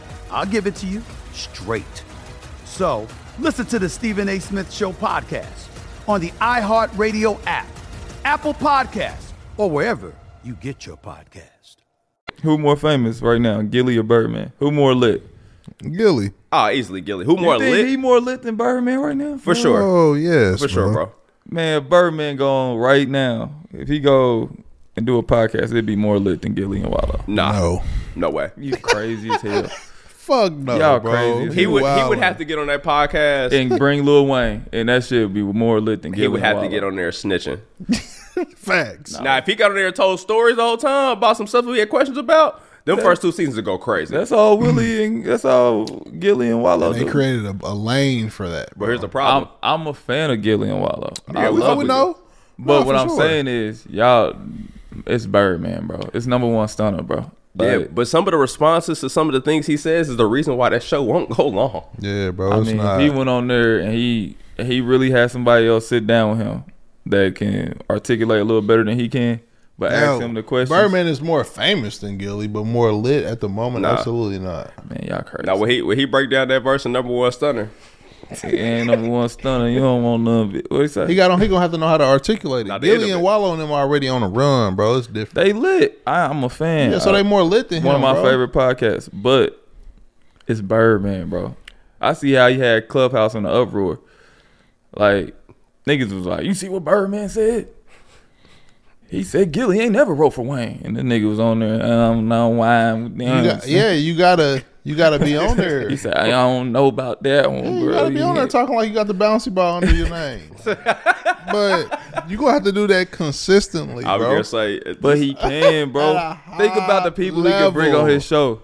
Speaker 7: I'll give it to you straight. So, listen to the Stephen A. Smith Show podcast on the iHeartRadio app, Apple Podcasts, or wherever you get your podcast.
Speaker 5: Who more famous right now, Gilly or Birdman? Who more lit?
Speaker 4: Gilly.
Speaker 3: Oh, easily Gilly. Who more lit?
Speaker 5: He more lit than Birdman right now?
Speaker 3: For sure.
Speaker 4: Oh, yes.
Speaker 3: For sure, bro.
Speaker 5: Man, Birdman gone right now. If he go and do a podcast, it'd be more lit than Gilly and Wallow.
Speaker 3: Nah. No.
Speaker 4: No.
Speaker 3: way.
Speaker 5: You crazy as hell.
Speaker 4: Fuck no,
Speaker 5: Y'all
Speaker 4: bro.
Speaker 5: crazy.
Speaker 3: He would he would
Speaker 4: wildin'.
Speaker 3: have to get on that podcast.
Speaker 5: And bring Lil Wayne, and that shit would be more lit than Gilly
Speaker 3: he would
Speaker 5: and
Speaker 3: have to
Speaker 5: Wallow.
Speaker 3: get on there snitching.
Speaker 5: Oh.
Speaker 4: facts.
Speaker 3: Now, if he got on there and told stories the whole time about some stuff we had questions about, them first two seasons would go crazy.
Speaker 5: That's all Willie and that's all Gilly and Wallow.
Speaker 4: They
Speaker 5: do.
Speaker 4: created a, a lane for that.
Speaker 3: but
Speaker 4: Bro.
Speaker 3: here's the
Speaker 5: I'm
Speaker 3: problem.
Speaker 5: I'm a fan of Gilly and Wallow. I
Speaker 4: we,
Speaker 5: love
Speaker 4: we
Speaker 5: it.
Speaker 4: know.
Speaker 5: But
Speaker 4: No,
Speaker 5: what
Speaker 4: for
Speaker 5: I'm
Speaker 4: sure.
Speaker 5: saying is, y'all, it's Birdman, bro. It's number one stunner, bro.
Speaker 3: yeah,
Speaker 5: Like,
Speaker 3: but some of the responses to some of the things he says is the reason why that show won't go long.
Speaker 4: yeah, bro.
Speaker 5: I
Speaker 4: It's
Speaker 5: mean,
Speaker 4: not.
Speaker 5: if he went on there and he he really had somebody else sit down with him that can articulate a little better than he can, but
Speaker 4: Now,
Speaker 5: ask him the question.
Speaker 4: Birdman is more famous than Gilly, but more lit at the moment.
Speaker 3: Nah.
Speaker 4: Absolutely not.
Speaker 5: man, y'all crazy.
Speaker 3: Now, when he when he break down that verse in number one stunner,
Speaker 5: He ain't number one stunner. You don't want none of it. What he say?
Speaker 4: He got on. He gonna have to know how to articulate it.
Speaker 3: Nah, the end
Speaker 4: Gilly
Speaker 3: of
Speaker 4: and
Speaker 3: it.
Speaker 4: Wallow and them are already on a run, bro. It's different.
Speaker 5: they lit. I, I'm a fan.
Speaker 4: yeah, so they
Speaker 5: I-
Speaker 4: more lit than
Speaker 5: one
Speaker 4: him,
Speaker 5: of my
Speaker 4: bro.
Speaker 5: favorite podcasts, but it's Birdman, bro. I see how he had Clubhouse on the uproar. Like niggas was like, "You see what Birdman said? He said Gilly ain't never wrote for Wayne." And the nigga was on there. I don't know why. I'm,
Speaker 4: You got- yeah, you gotta you gotta be on there.
Speaker 5: He said, "I don't know about that one,
Speaker 4: Yeah, you
Speaker 5: bro."
Speaker 4: gotta be on there
Speaker 5: Yeah.
Speaker 4: talking like you got the bouncy ball under your name. but you gonna have to do that consistently,
Speaker 3: I was
Speaker 4: bro.
Speaker 3: gonna say, uh,
Speaker 5: But he can, bro.
Speaker 4: At a
Speaker 5: Think about the
Speaker 4: high
Speaker 5: people he can bring on
Speaker 4: level.
Speaker 5: his show.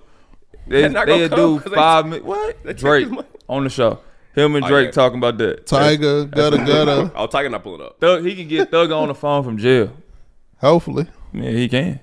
Speaker 5: They,
Speaker 3: They're not gonna
Speaker 5: they'll
Speaker 3: come
Speaker 5: do
Speaker 3: 'cause they-
Speaker 5: five minutes. What?
Speaker 3: they take
Speaker 5: Drake
Speaker 3: his money.
Speaker 5: on the show. Him and
Speaker 3: Oh,
Speaker 5: Drake
Speaker 3: yeah.
Speaker 5: talking about that.
Speaker 4: Tiger, gutta gutta.
Speaker 3: I'll take it. Not pulling up.
Speaker 5: Thug, he can get Thug on the phone from jail.
Speaker 4: Hopefully,
Speaker 5: Yeah, he can.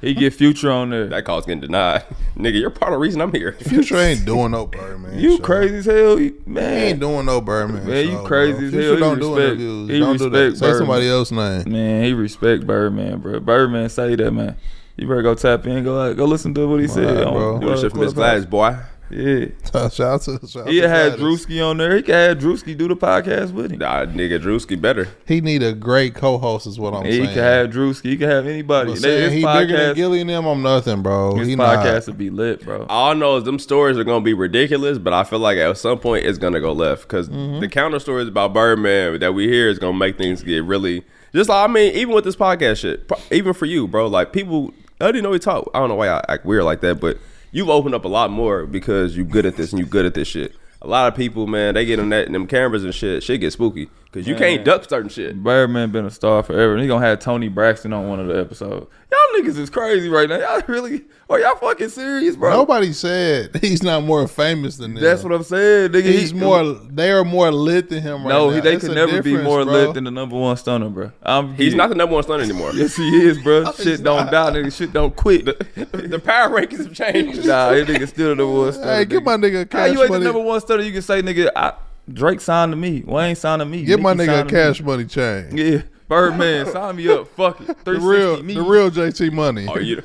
Speaker 5: He get Future on there.
Speaker 3: That call's getting denied, nigga. You're part of the reason I'm here.
Speaker 4: Future ain't doing no Birdman.
Speaker 5: You
Speaker 4: show.
Speaker 5: crazy as hell, you-
Speaker 4: He ain't
Speaker 5: man.
Speaker 4: doing no Birdman.
Speaker 5: Man, you
Speaker 4: show,
Speaker 5: crazy
Speaker 4: bro.
Speaker 5: as
Speaker 4: Future
Speaker 5: hell. He
Speaker 4: don't do
Speaker 5: respect-
Speaker 4: interviews.
Speaker 5: he
Speaker 4: don't do that.
Speaker 5: respect
Speaker 4: Say somebody
Speaker 5: Birdman.
Speaker 4: else's name.
Speaker 5: Man, he respect Birdman, bro. Birdman say that, man. You better go tap in, go go listen to what he said.
Speaker 4: right,
Speaker 5: on-
Speaker 4: bro.
Speaker 5: uh,
Speaker 4: Leadership
Speaker 3: Shit from his
Speaker 5: Clubhouse.
Speaker 3: glass, boy.
Speaker 5: Yeah.
Speaker 4: Shout out to shout out
Speaker 5: He
Speaker 4: to
Speaker 5: had
Speaker 4: Gladys.
Speaker 5: Drewski on there. He could have Drewski do the podcast with him.
Speaker 3: Nah, nigga, Drewski better.
Speaker 4: He need a great co-host, is what I'm
Speaker 5: He
Speaker 4: saying.
Speaker 5: could have Drewski. He could have anybody.
Speaker 4: But
Speaker 5: They-
Speaker 4: saying
Speaker 5: his
Speaker 4: he bigger than
Speaker 5: podcast,
Speaker 4: Gilly and them, I'm nothing, bro.
Speaker 5: his
Speaker 4: He
Speaker 5: podcast
Speaker 4: not.
Speaker 5: would be lit, bro.
Speaker 3: All I know is them stories are gonna be ridiculous, but I feel like at some point it's gonna go left because
Speaker 4: Mm-hmm.
Speaker 5: Mhm.
Speaker 3: the counter stories about Birdman that we hear is gonna make things get really just like I mean, even with this podcast shit, pro- even for you, bro, like people I didn't know he talked. I don't know why I act weird like that, but you've opened up a lot more because you good at this and you good at this shit. A lot of people, man, they get on that them cameras and shit. Shit get spooky because you can't duck certain shit.
Speaker 5: Birdman been a star forever. And he gonna have Tony Braxton on one of the episodes. Y'all niggas is crazy right now. Y'all really are y'all fucking serious, bro?
Speaker 4: Nobody said he's not more famous than them.
Speaker 5: That's what I'm saying, nigga.
Speaker 4: He's
Speaker 5: He-
Speaker 4: more. They are more lit than him right
Speaker 5: no,
Speaker 4: now.
Speaker 5: he, they
Speaker 4: It's
Speaker 5: could
Speaker 4: a
Speaker 5: never be
Speaker 4: difference,
Speaker 5: more
Speaker 4: bro.
Speaker 5: lit than the number one stunner, bro. I'm
Speaker 3: He's not the number one stunner anymore.
Speaker 5: yes, he is, bro. shit don't die, nigga. Shit don't quit.
Speaker 3: the power rankings have changed.
Speaker 5: nah, this nigga still the number one stunner.
Speaker 4: Hey, give my nigga
Speaker 5: How
Speaker 4: cash
Speaker 5: you ain't the
Speaker 4: money.
Speaker 5: number one stunner? You can say, nigga, I, Drake signed to me. Wayne signed to me.
Speaker 4: Give my
Speaker 5: Nicki
Speaker 4: nigga
Speaker 5: signed
Speaker 4: a
Speaker 5: to me.
Speaker 4: cash money chain.
Speaker 5: Yeah, Birdman, sign me up. Fuck it.
Speaker 4: The real,
Speaker 5: 360 me.
Speaker 4: the real JT money.
Speaker 5: Oh,
Speaker 3: Are you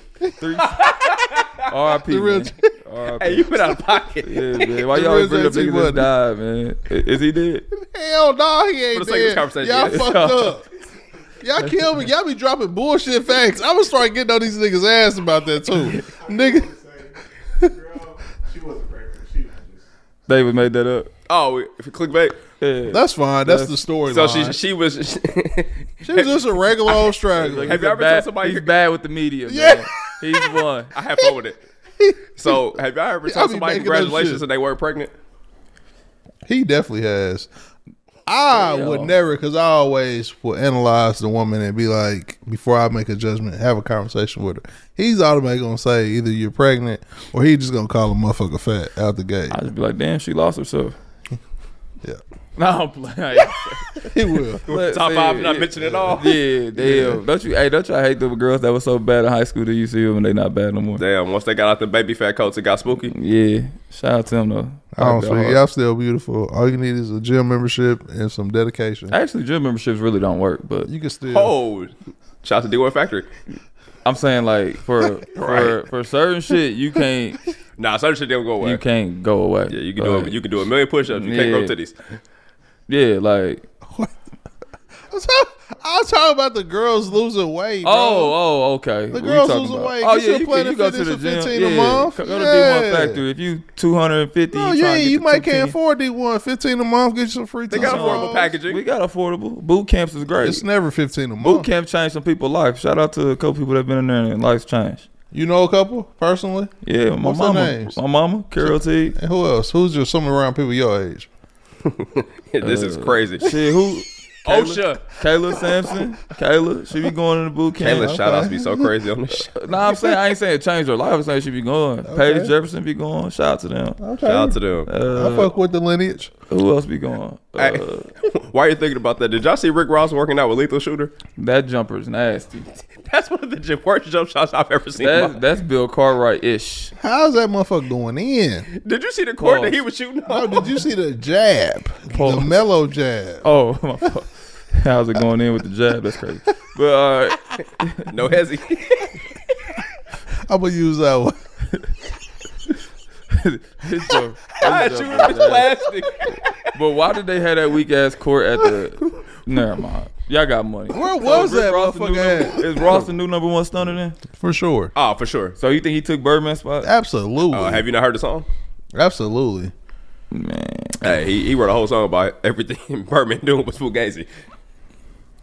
Speaker 5: R.I.P.
Speaker 4: the real-
Speaker 5: man. R.I.P.
Speaker 3: Hey, you been out of pocket.
Speaker 5: Yeah, man. Why
Speaker 4: The
Speaker 5: y'all
Speaker 4: real
Speaker 5: bring up
Speaker 4: JT
Speaker 5: niggas
Speaker 4: money.
Speaker 5: that died, man? I- Is he dead?
Speaker 4: Hell no, he ain't
Speaker 3: For the sake of this conversation,
Speaker 4: dead. Y'all
Speaker 3: yeah.
Speaker 4: fucked up. Y'all kill me. Y'all be dropping bullshit facts. I'm gonna start getting on these niggas' ass about that too, nigga.
Speaker 5: David made that up.
Speaker 3: Oh, if you click back.
Speaker 5: Yeah.
Speaker 4: That's fine. That's the story.
Speaker 3: So she she was
Speaker 4: she was just a regular old straggler.
Speaker 3: Have you ever
Speaker 5: bad,
Speaker 3: told somebody
Speaker 5: he's
Speaker 3: you're-
Speaker 5: bad with the media,
Speaker 4: Yeah.
Speaker 5: man. He's one.
Speaker 3: I have fun with it. So have y'all ever
Speaker 4: Y'all
Speaker 3: told
Speaker 4: be
Speaker 3: somebody
Speaker 4: making up
Speaker 3: congratulations
Speaker 4: shit.
Speaker 3: and they weren't pregnant?
Speaker 4: He definitely has. I would never, because I always will analyze the woman and be like, before I make a judgment, have a conversation with her. He's automatically gonna say either you're pregnant or he just gonna call a motherfucker fat out the gate.
Speaker 5: I just be like, damn, she lost herself.
Speaker 4: Yeah,
Speaker 5: No, I'm playing.
Speaker 4: he will.
Speaker 5: Let's
Speaker 3: Top
Speaker 5: see.
Speaker 3: five, not mentioned at all.
Speaker 5: Yeah, damn. Don't you? Hey, don't you hate the girls that were so bad in high school that you see them and they not bad no more?
Speaker 3: Damn, once they got out the baby fat coats, it got spooky.
Speaker 5: Yeah. Shout out to them though.
Speaker 4: Honestly, y'all still beautiful. All you need is a gym membership and some dedication.
Speaker 5: Actually, gym memberships really don't work, but
Speaker 4: You can still.
Speaker 3: Oh, shout out to D1 Factory.
Speaker 5: I'm saying like for for
Speaker 3: Right.
Speaker 5: for certain shit you can't
Speaker 3: Nah, certain shit didn't go away.
Speaker 5: you can't go away.
Speaker 3: yeah, you can do it. You can do a million push-ups. You can't grow
Speaker 5: Yeah.
Speaker 3: titties.
Speaker 5: Yeah, like
Speaker 4: I was talking- I was talking about the girls losing weight. Bro.
Speaker 5: oh oh okay.
Speaker 4: The
Speaker 5: What you
Speaker 4: girls
Speaker 5: talking
Speaker 4: lose
Speaker 5: about?
Speaker 4: weight.
Speaker 5: Oh
Speaker 4: Get
Speaker 5: yeah,
Speaker 4: your
Speaker 5: you, can,
Speaker 4: Planet
Speaker 5: you go to the
Speaker 4: Fitness for
Speaker 5: gym.
Speaker 4: 15 a
Speaker 5: yeah.
Speaker 4: month.
Speaker 5: Go to D1
Speaker 4: Yeah.
Speaker 5: Factory. If you 250,
Speaker 4: no,
Speaker 5: you,
Speaker 4: yeah,
Speaker 5: trying to get
Speaker 4: you
Speaker 5: to
Speaker 4: might
Speaker 5: 210.
Speaker 4: can't afford the one. Fifteen a month gets you some free.
Speaker 3: They got
Speaker 4: time.
Speaker 3: affordable packaging.
Speaker 5: We got affordable. Boot camps is great.
Speaker 4: It's never fifteen a
Speaker 5: Boot
Speaker 4: month.
Speaker 5: camp changed some people's life. Shout out to a couple people that been in there and life's changed.
Speaker 4: You know a couple personally,
Speaker 5: Yeah, my
Speaker 4: What's their
Speaker 5: mama,
Speaker 4: names?
Speaker 5: my mama, Carol T.
Speaker 4: and who else? Who's just some around people your age?
Speaker 3: this is crazy.
Speaker 5: Shit, who?
Speaker 3: OSHA.
Speaker 5: Kayla Sampson. Kayla, she be going to the boot camp.
Speaker 3: Kayla, shout outs be so crazy on this shit.
Speaker 5: Nah, I'm saying I ain't saying it changed her life. I'm saying she be going. Paige Jefferson be going. Shout out to them. Uh,
Speaker 4: Okay,
Speaker 3: Shout out to them.
Speaker 4: I fuck with the lineage.
Speaker 5: Who else be going?
Speaker 3: Hey,
Speaker 5: Uh,
Speaker 3: why are you thinking about that? Did y'all see Rick Ross working out with Lethal Shooter?
Speaker 5: that jumper's nasty.
Speaker 3: That's one of the j- worst jump shots I've ever seen. in my-
Speaker 5: That, that's Bill Cartwright ish.
Speaker 4: How's that motherfucker going in?
Speaker 3: Did you see the court that
Speaker 5: Pause.
Speaker 3: he was shooting?
Speaker 4: Oh,
Speaker 3: on?
Speaker 4: did you see the jab? The
Speaker 5: Pause.
Speaker 4: mellow jab.
Speaker 5: Oh, my fuck. How's it going in with the jab? That's crazy. But uh,
Speaker 3: No hezzy.
Speaker 4: I'm gonna use that one.
Speaker 5: his jump,
Speaker 3: I
Speaker 5: his
Speaker 3: shoot
Speaker 5: jumper
Speaker 3: with
Speaker 5: nasty.
Speaker 3: plastic.
Speaker 5: But why did they have that weak ass court at the? Never mind. Y'all got money.
Speaker 4: Where was that
Speaker 5: Ross the new
Speaker 4: motherfucker
Speaker 5: number- Is Ross the new number one stunner then?
Speaker 4: For sure.
Speaker 3: Oh, for sure.
Speaker 5: So you think he took Birdman's spot?
Speaker 4: Absolutely.
Speaker 5: Oh,
Speaker 3: Uh, have you not heard the song?
Speaker 4: Absolutely.
Speaker 5: Man,
Speaker 3: Hey, he, he wrote a whole song about everything Birdman doing was fugazi.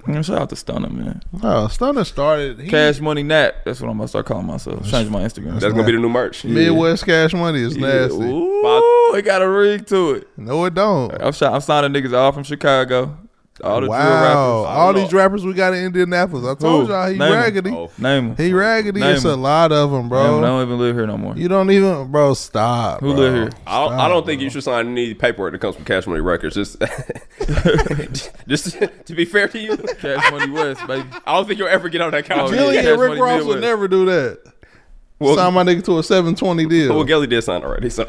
Speaker 5: Man, shout out to Stunner, man.
Speaker 4: Oh, Stunner started. He,
Speaker 5: Cash Money Nat. That's what I'm gonna start calling myself. Change my Instagram.
Speaker 3: That's gonna be the new merch.
Speaker 4: Midwest Cash Money is
Speaker 5: Yeah.
Speaker 4: nasty.
Speaker 5: Ooh, it got a ring to it.
Speaker 4: No, it don't.
Speaker 5: I'm, shi- I'm signing niggas all from Chicago. All the drill
Speaker 4: wow.
Speaker 5: rappers.
Speaker 4: All these rappers we got in Indianapolis. I told
Speaker 5: Who?
Speaker 4: y'all he
Speaker 5: Name 'em.
Speaker 4: raggedy.
Speaker 3: Oh.
Speaker 5: Name 'em.
Speaker 4: He raggedy.
Speaker 5: Name
Speaker 4: it's a
Speaker 5: 'em.
Speaker 4: lot of
Speaker 5: Name
Speaker 4: them,
Speaker 5: 'em.
Speaker 4: bro.
Speaker 5: I don't even live here no more.
Speaker 4: You don't even, bro. Stop.
Speaker 5: Who
Speaker 4: bro.
Speaker 5: live here?
Speaker 3: I don't, I
Speaker 4: Stop,
Speaker 3: don't think you should sign any paperwork that comes from Cash Money Records. Just, just to be fair to you,
Speaker 5: Cash Money West, baby.
Speaker 3: I don't think you'll ever get on that
Speaker 5: Oh,
Speaker 3: contract.
Speaker 5: yeah.
Speaker 4: Gilly
Speaker 5: Cash
Speaker 4: and Rick
Speaker 5: Money
Speaker 4: Ross
Speaker 5: deal
Speaker 4: would
Speaker 5: with-
Speaker 4: never do that.
Speaker 3: Well-
Speaker 4: Sign my nigga to a seven twenty
Speaker 5: Oh,
Speaker 4: deal.
Speaker 3: Well, Gelly did sign already, so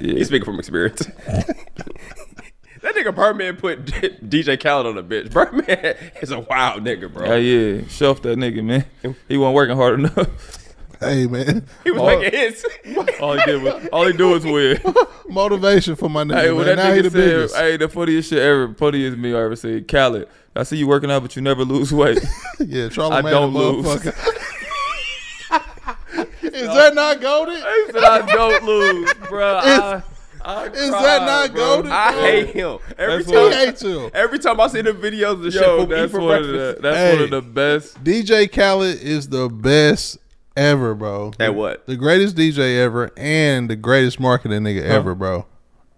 Speaker 3: he's speaking from experience. that nigga Birdman put D- DJ Khaled on the bitch. Birdman is a wild nigga, bro.
Speaker 5: Hey, yeah. Shelf that nigga, man. He wasn't working hard enough.
Speaker 4: Hey man,
Speaker 3: He was making hits.
Speaker 5: all he did was all he do was win.
Speaker 4: motivation for my nigga.
Speaker 5: Hey,
Speaker 4: man.
Speaker 5: when that
Speaker 4: now he the
Speaker 5: nigga
Speaker 4: biggest.
Speaker 5: said, "Hey, the funniest shit ever, funniest me I ever seen." Khaled, I see you working out, but you never lose weight.
Speaker 4: yeah,
Speaker 5: I
Speaker 4: Charlamagne the
Speaker 5: don't lose.
Speaker 4: motherfucker. Is that not golden?
Speaker 5: He said, "I don't lose, bro." I,
Speaker 4: Is-
Speaker 5: I
Speaker 4: is that not
Speaker 5: bro.
Speaker 4: golden,
Speaker 5: I
Speaker 4: bro?
Speaker 5: hate him. Every
Speaker 4: That's
Speaker 5: time,
Speaker 4: what- He hates you.
Speaker 3: Every time I see the videos of the
Speaker 5: Yo,
Speaker 3: shit from
Speaker 5: that's
Speaker 3: Eat for
Speaker 5: one of the-
Speaker 3: Breakfast.
Speaker 5: that's one of the best.
Speaker 4: DJ Khaled is the best ever, bro.
Speaker 3: At what?
Speaker 4: The greatest DJ ever and the greatest marketing nigga ever, bro.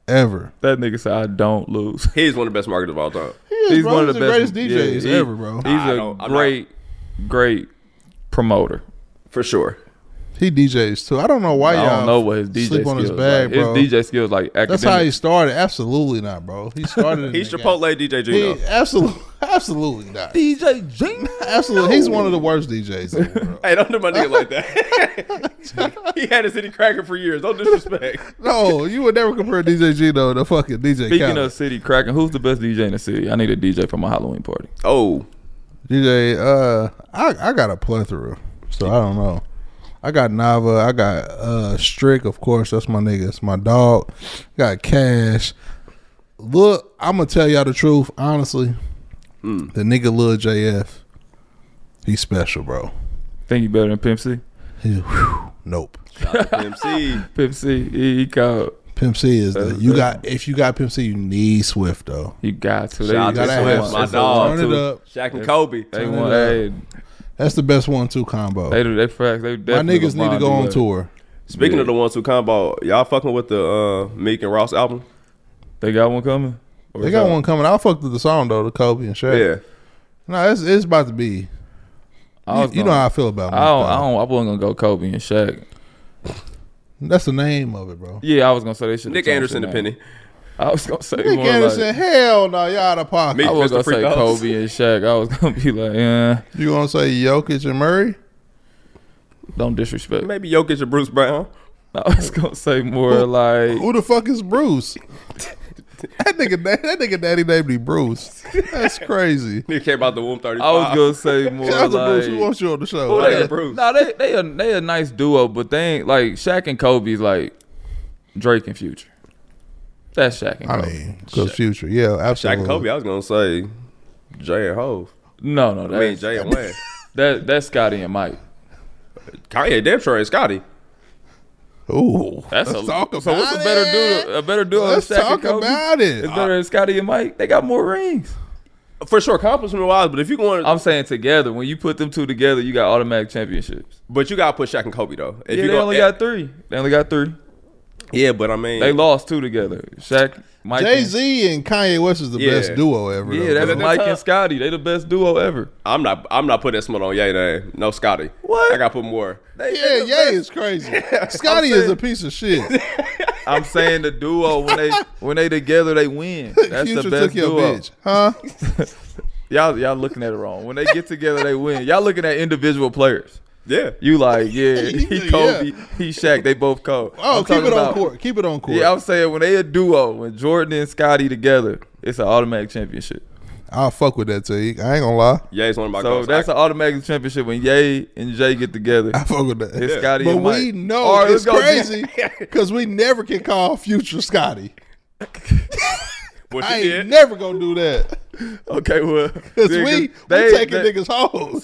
Speaker 4: Ever.
Speaker 5: That nigga said, "I don't lose."
Speaker 3: He is one of the best marketers of all time.
Speaker 4: is, bro. He's the greatest DJs
Speaker 5: he-
Speaker 4: ever, bro.
Speaker 5: He's
Speaker 3: I
Speaker 5: a
Speaker 3: don't- I'm
Speaker 5: great, great promoter
Speaker 3: for sure.
Speaker 4: He DJs too. I don't know
Speaker 5: I
Speaker 4: why y'all
Speaker 5: don't know what his DJ
Speaker 4: sleep on
Speaker 5: skills.
Speaker 4: his bag,
Speaker 5: like.
Speaker 4: bro.
Speaker 5: His DJ skills like academic.
Speaker 4: That's how he started. Absolutely not, bro. He started. in
Speaker 3: He's
Speaker 4: that
Speaker 3: Chipotle DJ Gino.
Speaker 4: He, absolutely, absolutely not.
Speaker 5: DJ Gino.
Speaker 4: Absolutely, he's one of the worst DJs. Ever, bro.
Speaker 3: Hey, don't do my nigga like that. he had his city cracker for years. Don't disrespect.
Speaker 4: No, you would never compare DJ Gino to fucking DJ
Speaker 5: Speaking
Speaker 4: Khaled.
Speaker 5: of city cracking, who's the best DJ in the city? I need a DJ for my Halloween party.
Speaker 3: Oh,
Speaker 4: DJ, uh, I I got a plethora, so I don't know. I got Nava, I got uh Strick, of course. That's my nigga. It's my dog. Got Cash. Look, I'm gonna tell y'all the truth, honestly.
Speaker 5: Mm.
Speaker 4: The nigga Lil JF, he's special, bro.
Speaker 5: Think you better than Pimp C?
Speaker 4: He- whew, nope.
Speaker 3: MC.
Speaker 5: Pimp C, he, he called.
Speaker 4: Pimp C is the you got if you got Pimp C, you need Swift though.
Speaker 5: You got to.
Speaker 3: Shout out
Speaker 5: They-
Speaker 3: to
Speaker 4: gotta have
Speaker 3: Swift, my
Speaker 4: Swift.
Speaker 3: dog.
Speaker 4: Turn it up.
Speaker 3: Shaq and Kobe.
Speaker 5: They
Speaker 4: Turn it
Speaker 5: want.
Speaker 4: up.
Speaker 5: Hey,
Speaker 4: That's the best one two combo.
Speaker 5: they do. They facts. They
Speaker 4: my
Speaker 5: definitely
Speaker 4: niggas need to
Speaker 5: LeBron
Speaker 4: go on
Speaker 5: do that.
Speaker 4: tour.
Speaker 3: Speaking of the ones who combo, y'all fucking with the uh, Meek and Ross album?
Speaker 5: They got one coming. Or
Speaker 4: They
Speaker 5: is
Speaker 4: got
Speaker 5: that-
Speaker 4: one coming. I fucked with the song though, the Kobe and Shaq.
Speaker 3: Yeah.
Speaker 4: No, it's it's about to be.
Speaker 5: I
Speaker 4: You,
Speaker 5: was
Speaker 4: you know
Speaker 5: gonna-
Speaker 4: how I feel about.
Speaker 5: I
Speaker 4: Meek,
Speaker 5: don't,
Speaker 4: though.
Speaker 5: I don't. I wasn't gonna go Kobe and Shaq.
Speaker 4: That's the name of it, bro.
Speaker 5: Yeah, I was gonna say they should.
Speaker 3: Nick Anderson, the penny.
Speaker 5: I was gonna say
Speaker 4: Nick
Speaker 5: more
Speaker 4: Anderson,
Speaker 5: Like,
Speaker 4: hell no, y'all out of pocket.
Speaker 3: Me-
Speaker 5: I was gonna
Speaker 3: Mr.
Speaker 5: say
Speaker 3: Freakos.
Speaker 5: Kobe and Shaq. I was gonna be like, yeah,
Speaker 4: You gonna say Jokic and Murray?
Speaker 5: don't disrespect.
Speaker 3: Maybe Jokic or Bruce Brown.
Speaker 5: I was gonna say more like
Speaker 4: Who the fuck is Bruce? that nigga, da- that nigga, daddy named me Bruce. That's crazy.
Speaker 3: Nigga came out the womb 35.
Speaker 5: I was gonna say more
Speaker 4: Shout out to Bruce. We
Speaker 5: like.
Speaker 4: want you on the show.
Speaker 3: Who
Speaker 4: I
Speaker 3: that
Speaker 4: got-
Speaker 3: Bruce?
Speaker 5: No, they they a, they a nice duo, but they ain't like Shaq and Kobe's like Drake and Future. That's Shaq and
Speaker 4: I
Speaker 5: Kobe.
Speaker 4: mean, because future, yeah,
Speaker 3: Shaq
Speaker 4: absolutely.
Speaker 3: and Kobe, I was gonna say Jay and Hove.
Speaker 5: no, no,
Speaker 3: I mean
Speaker 5: that's
Speaker 3: Jay and Wayne.
Speaker 5: that that's Scotty and Mike.
Speaker 3: Kanye damn sure ain't Scotty.
Speaker 4: Ooh,
Speaker 5: That's
Speaker 4: let's
Speaker 5: a,
Speaker 4: talk
Speaker 5: so what's a
Speaker 4: about
Speaker 5: better
Speaker 4: it.
Speaker 5: duo? A better duo?
Speaker 4: Let's
Speaker 5: than Shaq
Speaker 4: talk
Speaker 5: and Kobe?
Speaker 4: about it.
Speaker 5: It's better than Scotty and Mike. They got more rings.
Speaker 3: For sure, accomplishment wise, but if you going
Speaker 5: I'm saying together. When you put them two together, you got automatic championships.
Speaker 3: but you gotta put Shaq and Kobe though. If
Speaker 5: yeah,
Speaker 3: you
Speaker 5: they
Speaker 3: gonna-
Speaker 5: only got three. They only got three.
Speaker 3: Yeah, but I mean
Speaker 5: They lost two together. Shaq, Mike,
Speaker 4: Jay Z Uh, and Kanye West is the
Speaker 3: Yeah.
Speaker 4: best duo ever.
Speaker 5: And,
Speaker 4: though,
Speaker 5: yeah,
Speaker 4: bro.
Speaker 5: that's
Speaker 3: that
Speaker 5: Mike
Speaker 3: time-
Speaker 5: and Scotty. They the best duo ever.
Speaker 3: I'm not I'm not putting that smut on Ye name. No Scotty.
Speaker 5: What?
Speaker 3: I gotta put more.
Speaker 4: yeah, yeah, it's crazy. Scotty is a piece of shit.
Speaker 5: I'm saying the duo when they when they together they win. That's
Speaker 4: Future
Speaker 5: the best
Speaker 4: took your
Speaker 5: duo.
Speaker 4: bitch, huh?
Speaker 5: Y'all y'all looking at it wrong. When they get together they win. Y'all looking at individual players.
Speaker 3: Yeah.
Speaker 5: You like yeah, he
Speaker 4: Yeah.
Speaker 5: Kobe, he Shaq. They both cold.
Speaker 4: Oh,
Speaker 5: I'm
Speaker 4: keep
Speaker 5: talking
Speaker 4: it on
Speaker 5: about-
Speaker 4: court. Keep it on court.
Speaker 5: Yeah, I'm saying when they a duo, when Jordan and Scotty together, it's an automatic championship.
Speaker 4: I'll fuck with that, Teague. I ain't gonna lie.
Speaker 3: Ye's one of my
Speaker 5: So
Speaker 3: goals.
Speaker 5: that's
Speaker 3: I-
Speaker 5: an automatic championship when Ye and Jay get together.
Speaker 4: I fuck with that.
Speaker 5: It's Scotty
Speaker 4: but
Speaker 5: and Mike.
Speaker 4: we know
Speaker 5: All right, let's
Speaker 4: it's
Speaker 5: go.
Speaker 4: crazy because we never can call future Scotty.
Speaker 3: what
Speaker 4: I
Speaker 3: she
Speaker 4: ain't
Speaker 3: did.
Speaker 4: never gonna do that
Speaker 5: Okay, well,
Speaker 4: because
Speaker 5: nigga,
Speaker 4: we
Speaker 5: they-
Speaker 4: we taking
Speaker 5: they-
Speaker 4: niggas hoes.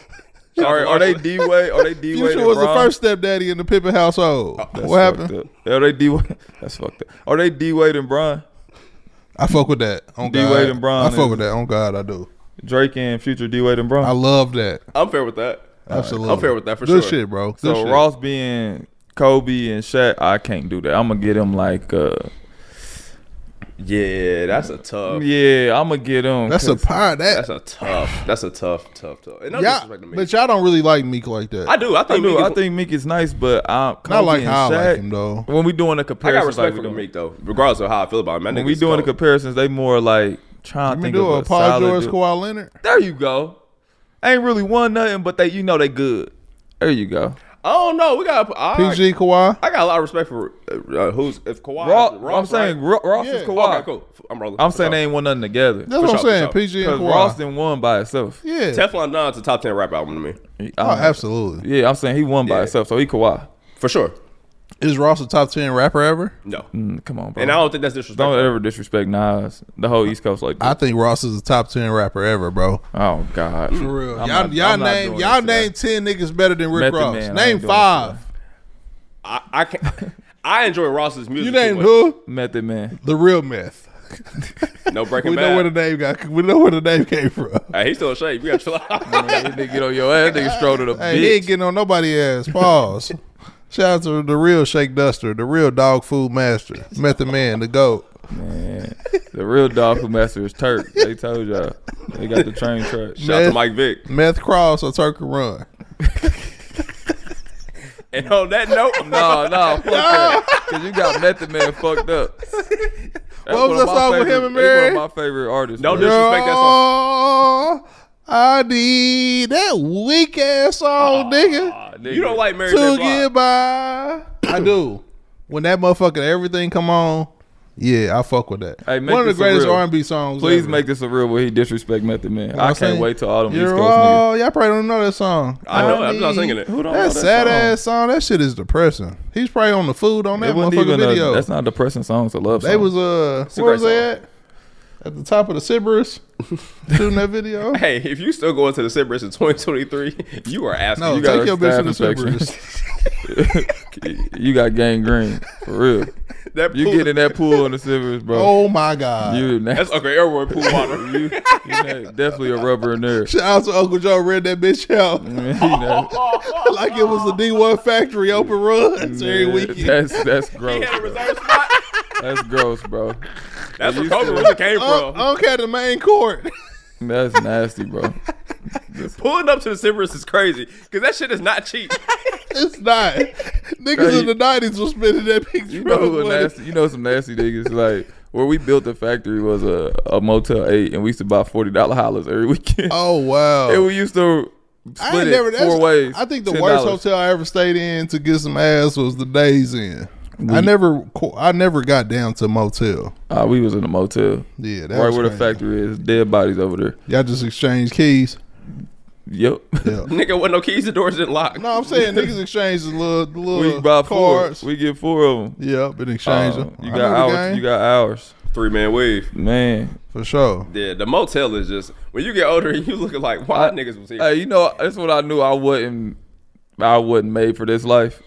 Speaker 5: So are, are they D Way? Are they D Way?
Speaker 4: future was the first stepdaddy in the Pippen household.
Speaker 5: Oh,
Speaker 4: what happened?
Speaker 5: Are they D Way? That's fucked up. Are they D Wade and Bron?
Speaker 4: I fuck with that. On
Speaker 5: D-Wade
Speaker 4: God.
Speaker 5: and Bron
Speaker 4: I fuck
Speaker 5: is-
Speaker 4: with that. On God, I do.
Speaker 5: Drake and Future D Wade and
Speaker 4: I
Speaker 5: Bron.
Speaker 4: love that.
Speaker 3: I'm fair with that.
Speaker 4: Absolutely.
Speaker 3: I'm fair with that for
Speaker 4: Good
Speaker 3: sure.
Speaker 4: shit, bro. Good
Speaker 5: So
Speaker 4: shit.
Speaker 5: Ross being Kobe and Shaq, I can't do that. I'm gonna get him like, uh,
Speaker 3: Yeah, that's a tough
Speaker 5: yeah, I'm gonna get him.
Speaker 4: That's a pod. That
Speaker 3: that's a tough that's a tough, tough, tough. And no
Speaker 4: yeah,
Speaker 3: disrespect to me.
Speaker 4: but y'all don't really like Meek like that.
Speaker 3: I do. I
Speaker 5: I
Speaker 3: think
Speaker 5: do.
Speaker 3: Meek
Speaker 5: I
Speaker 3: is-
Speaker 5: think Meek is nice, but I'm
Speaker 4: Not like how I like him though.
Speaker 5: When we doing a
Speaker 3: I
Speaker 5: comparison,
Speaker 3: got respect
Speaker 5: like
Speaker 3: for
Speaker 5: we doing,
Speaker 3: Meek though, regardless of how I feel about him. That
Speaker 5: when
Speaker 3: nigga
Speaker 5: we
Speaker 3: is
Speaker 5: doing the
Speaker 3: cold.
Speaker 5: comparisons, they more like trying to
Speaker 4: You mean
Speaker 5: think
Speaker 4: do
Speaker 5: of
Speaker 4: a
Speaker 5: a
Speaker 4: Paul
Speaker 5: solid
Speaker 4: George,
Speaker 5: dude.
Speaker 4: Kawhi Leonard?
Speaker 5: There you go. Ain't really won nothing, but they you know they good. There you go.
Speaker 3: I don't know. We got I,
Speaker 4: PG Kawhi.
Speaker 3: I got a lot of respect for uh, uh, who's if Kawhi.
Speaker 5: Ross-
Speaker 3: is-
Speaker 5: I'm saying Ro- Ross is Kawhi.
Speaker 3: Okay, cool. F- I'm rolling.
Speaker 5: I'm saying they ain't won nothing together.
Speaker 3: That's For what I'm sure, for saying, sure.
Speaker 4: PG and
Speaker 5: 'Cause
Speaker 4: Kawhi.
Speaker 5: Ross didn't won by itself.
Speaker 4: Yeah.
Speaker 3: Teflon Don's a top ten rap album to me.
Speaker 5: Oh,
Speaker 4: absolutely.
Speaker 5: Yeah, I'm saying he won by himself, so he Kawhi
Speaker 3: for sure.
Speaker 4: Is Ross a top ten rapper ever?
Speaker 3: No.
Speaker 5: Mm, come on, bro.
Speaker 3: And I don't think that's disrespectful.
Speaker 5: Don't ever disrespect Nas, the whole East Coast like that.
Speaker 4: I think Ross is a top ten rapper ever, bro.
Speaker 5: Oh God,
Speaker 4: for real.
Speaker 5: I'm
Speaker 4: y'all
Speaker 5: not-
Speaker 4: y'all
Speaker 5: I'm not
Speaker 4: name
Speaker 5: doing
Speaker 4: y'all name ten niggas better than Rick
Speaker 5: Method
Speaker 4: Ross.
Speaker 5: Man, I ain't
Speaker 4: name
Speaker 5: doing
Speaker 4: five.
Speaker 3: I, I can I enjoy Ross's music.
Speaker 4: You named
Speaker 3: too much.
Speaker 4: who?
Speaker 5: Method Man.
Speaker 4: The real meth.
Speaker 3: No breaking
Speaker 4: we
Speaker 3: bad.
Speaker 4: know where the name got. We know where the name came from.
Speaker 3: Hey, he's still in shape. You got chill out.
Speaker 5: nigga get on your ass. Nigga stroll to the
Speaker 4: Hey, he ain't getting on nobody ass. Pause. Shout out to the real Shake Duster, the real dog food master, Method Man, the goat.
Speaker 5: Man, the real dog who master is Turk. They told y'all. They got the train track.
Speaker 4: Meth- Meth Cross or Turkey Run.
Speaker 3: And on that note,
Speaker 5: no, no, fuck that. Cause you got Method Man fucked up. That's
Speaker 4: What
Speaker 5: one
Speaker 4: was that
Speaker 5: of my
Speaker 4: song with
Speaker 5: favorite-
Speaker 4: him and
Speaker 5: he's
Speaker 4: Mary?
Speaker 5: One of my favorite artists.
Speaker 3: No
Speaker 5: bro.
Speaker 3: disrespect that song.
Speaker 4: Oh, I need that weak ass song, nigga.
Speaker 3: Ah, You don't like Mary J.
Speaker 4: to get by. I do. When that motherfucking everything come on, yeah, I fuck with that.
Speaker 5: Hey, make
Speaker 4: One of the
Speaker 5: this a
Speaker 4: greatest
Speaker 5: real.
Speaker 4: R and B songs.
Speaker 5: Please
Speaker 4: ever.
Speaker 5: make this a real where he disrespect Method Man. I
Speaker 4: I'm
Speaker 5: can't
Speaker 4: saying,
Speaker 5: wait till all them East
Speaker 4: You're
Speaker 5: Coast niggas.
Speaker 4: all, y'all probably don't know that song.
Speaker 3: I know it. I'm not singing it. Who don't
Speaker 4: that,
Speaker 3: know that
Speaker 4: sad
Speaker 3: song?
Speaker 4: ass song. That shit is depressing. He's probably on the food on that
Speaker 5: It wasn't
Speaker 4: motherfucking
Speaker 5: even a-
Speaker 4: video.
Speaker 5: that's not a depressing song. It's a love song.
Speaker 4: they was uh,
Speaker 3: a great
Speaker 4: where was they at? At the top of the Sybaris, shooting that video.
Speaker 3: Hey, if you still going to the Cypress in 2023, you are asking.
Speaker 4: No,
Speaker 3: you
Speaker 4: take
Speaker 3: a
Speaker 4: your bitch
Speaker 3: staff
Speaker 4: to the
Speaker 3: infection.
Speaker 5: you got gangrene for real.
Speaker 3: That
Speaker 5: you
Speaker 3: pool-
Speaker 5: get in that pool in the Silvers, bro.
Speaker 4: Oh my god!
Speaker 5: you nasty.
Speaker 3: That's okay. Everyone pool water.
Speaker 5: you, you na- definitely a rubber in there.
Speaker 4: Shout out to Uncle Joe read that bitch out
Speaker 5: Man, you nasty.
Speaker 3: Oh,
Speaker 4: like it was a D one factory open runs every
Speaker 5: Man,
Speaker 4: weekend.
Speaker 5: That's that's gross. bro. That's gross, bro.
Speaker 3: That's
Speaker 5: You
Speaker 3: where Cobra
Speaker 5: still-
Speaker 3: really came
Speaker 4: Unc-
Speaker 3: from.
Speaker 4: Unc had the main court.
Speaker 5: That's nasty, bro.
Speaker 3: Pulling up to the Cypress is crazy because that shit is not cheap.
Speaker 4: It's not. Niggas in the nineties was spending that picture.
Speaker 5: You know who a nasty. You know some nasty niggas like. Where we built the factory was a, a Motel 8, and we used to buy $40 hollers every weekend.
Speaker 4: Oh wow!
Speaker 5: And we used to
Speaker 4: I ain't
Speaker 5: split it
Speaker 4: never, that's-
Speaker 5: four ways.
Speaker 4: I think the
Speaker 5: $10.
Speaker 4: worst hotel I ever stayed in to get some ass was the Days Inn. I
Speaker 5: We-
Speaker 4: never, co- I never got down to motel.
Speaker 5: Uh, we was in a motel.
Speaker 4: Yeah, that
Speaker 5: right
Speaker 4: was
Speaker 5: where the
Speaker 4: crazy.
Speaker 5: factory is. Dead bodies over there.
Speaker 4: Y'all just exchange keys.
Speaker 5: Yep.
Speaker 3: Nigga, with no keys, the doors didn't lock.
Speaker 4: No, I'm saying niggas exchange the little, the little
Speaker 5: we buy four.
Speaker 4: cards.
Speaker 5: We get four of them.
Speaker 4: Yep, and exchange
Speaker 5: Uh,
Speaker 4: them.
Speaker 5: you
Speaker 4: I
Speaker 5: got
Speaker 4: know the
Speaker 5: hours.
Speaker 4: game.
Speaker 5: You got hours.
Speaker 3: Three man wave.
Speaker 5: Man.
Speaker 4: for sure.
Speaker 3: Yeah, the motel is just when you get older and you look like why
Speaker 5: I-
Speaker 3: niggas was here.
Speaker 5: Hey, you know that's what I knew. I wasn't. I wasn't made for this life.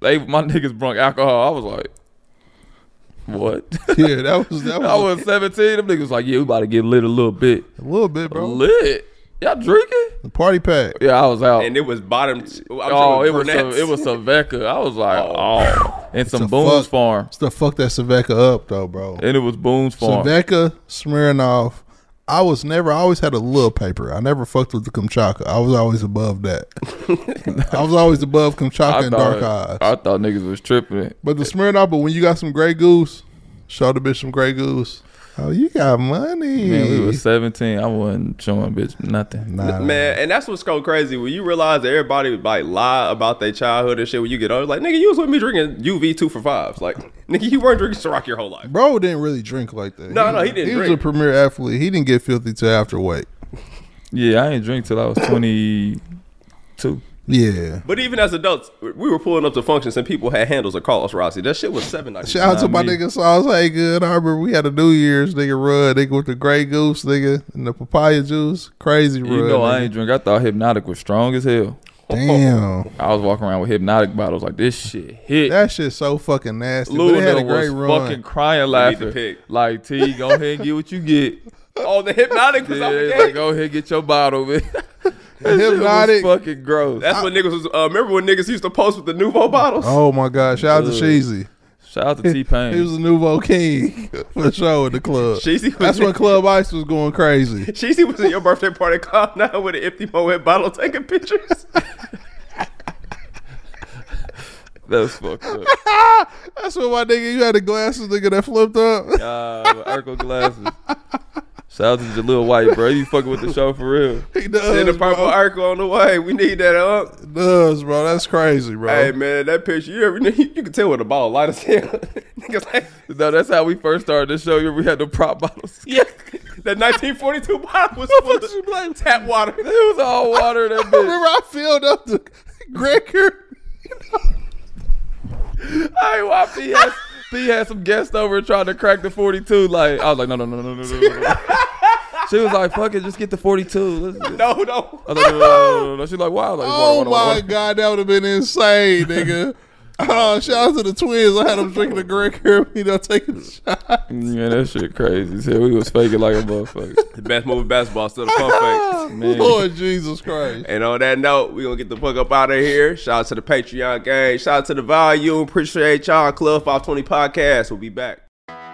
Speaker 5: They my niggas drunk alcohol. I was like, what?
Speaker 4: Yeah, that was that was
Speaker 5: I was seventeen. Them niggas was like, yeah, we about to get lit a little bit.
Speaker 4: a little bit, bro.
Speaker 5: Lit. Y'all drinking?
Speaker 4: The party pack.
Speaker 5: Yeah, I was out.
Speaker 3: and it was bottom. I'm sure
Speaker 5: oh, it was
Speaker 3: brunettes.
Speaker 5: some, it was some Vecca. I was like, oh, and some
Speaker 4: a
Speaker 5: Boone's
Speaker 4: fuck.
Speaker 5: Farm,
Speaker 4: It's to fuck that Saveca up though, bro.
Speaker 5: and it was Boone's Farm.
Speaker 4: Saveca, Smirnoff. I was never. I always had a little paper. I never fucked with the Kamchatka. I was always above that. I was always above Kamchatka
Speaker 5: I
Speaker 4: and
Speaker 5: thought,
Speaker 4: Dark Eyes.
Speaker 5: I thought niggas was tripping.
Speaker 4: But the Smirnoff. But when you got some Grey Goose, show the bitch some Grey Goose. Oh, you got money.
Speaker 5: Man, we was seventeen. I wasn't showing bitch nothing.
Speaker 4: Nah, nah.
Speaker 3: Man, and that's what's so crazy when you realize that everybody would like lie about their childhood and shit when you get older. Like, nigga, you was with me drinking UV two for fives. Like, nigga, you weren't drinking Ciroc your whole life.
Speaker 4: Bro didn't really drink like that.
Speaker 3: No, no, he didn't
Speaker 4: He was
Speaker 3: drink.
Speaker 4: a premier athlete. He didn't get filthy till after weight.
Speaker 5: Yeah, I ain't drink till I was twenty two.
Speaker 4: Yeah.
Speaker 3: But even as adults, we were pulling up to functions and people had handles of Carlos Rossi. That shit was seven ninety.
Speaker 4: Shout out to
Speaker 5: Not
Speaker 4: my
Speaker 5: me.
Speaker 4: nigga Sauce Hey Good. I remember we had a New Year's nigga run, nigga with the Grey Goose, nigga, and the papaya juice. Crazy run.
Speaker 5: You know I
Speaker 4: nigga.
Speaker 5: ain't drink. I thought hypnotic was strong as hell.
Speaker 4: Damn.
Speaker 5: I was walking around with hypnotic bottles like this shit hit.
Speaker 4: That shit so fucking nasty. Lou
Speaker 5: Luna
Speaker 4: had
Speaker 5: was
Speaker 4: a great run.
Speaker 5: fucking crying
Speaker 3: need to
Speaker 5: laughing.
Speaker 3: pick.
Speaker 5: Like T, go ahead and get what you get.
Speaker 3: Oh, the hypnotic was
Speaker 5: Yeah,
Speaker 3: out the
Speaker 5: it's
Speaker 3: gate.
Speaker 5: like, go ahead and get your bottle, man. That shit was
Speaker 4: Hypnotic.
Speaker 5: fucking gross.
Speaker 3: That's what niggas was. Uh, remember when niggas used to post with the Nouveau bottles?
Speaker 4: oh my god! Shout out to
Speaker 5: Ugh.
Speaker 4: Sheezy.
Speaker 5: Shout out to T Pain.
Speaker 4: He was a nouveau king for sure in the club.
Speaker 3: Sheezy was-
Speaker 4: That's when Club Ice was going crazy.
Speaker 3: Cheesy was at your birthday party, calm down with an empty Moet bottle taking pictures.
Speaker 5: that was fucked up.
Speaker 4: That's when my nigga, you had the glasses, nigga, that flipped up.
Speaker 5: Uh, Urkel glasses. Shout out to Jaleel White, bro. He's fucking with the show for real.
Speaker 4: He does,
Speaker 3: Send a purple
Speaker 4: bro.
Speaker 3: arc on the way. We need that up.
Speaker 4: does, bro. That's crazy, bro.
Speaker 3: Hey man, that picture you ever you can tell with the ball light as hell. Niggas like
Speaker 5: No, that's how we first started the show. We had the prop bottles.
Speaker 3: yeah, that 1942 bottle was full of tap water. It
Speaker 5: was all water. That
Speaker 4: I remember I filled up the Greg here.
Speaker 5: Hey, why P had, P had some guests over trying to crack the 42. Like, I was like, no, no, no, no, no, no, no. no. She was like, fuck it, just get the 42. Let's-
Speaker 3: No, no.
Speaker 5: I was like, no, no, no, no, no. She's like, why? I was like,
Speaker 4: Oh
Speaker 5: water, water,
Speaker 4: my
Speaker 5: water.
Speaker 4: god, that would have been insane, nigga. Oh, shout out to the twins. I had them drinking the Greg here, you know, taking the shot.
Speaker 5: Man, that shit crazy. See, we was faking like a motherfucker.
Speaker 3: The best move in basketball still the pump fake.
Speaker 5: Man.
Speaker 4: Lord Jesus Christ.
Speaker 3: And on that note, we gonna get the fuck up out of here. Shout out to the Patreon gang. Shout out to the volume. Appreciate y'all. Club 520 Podcast. We'll be back.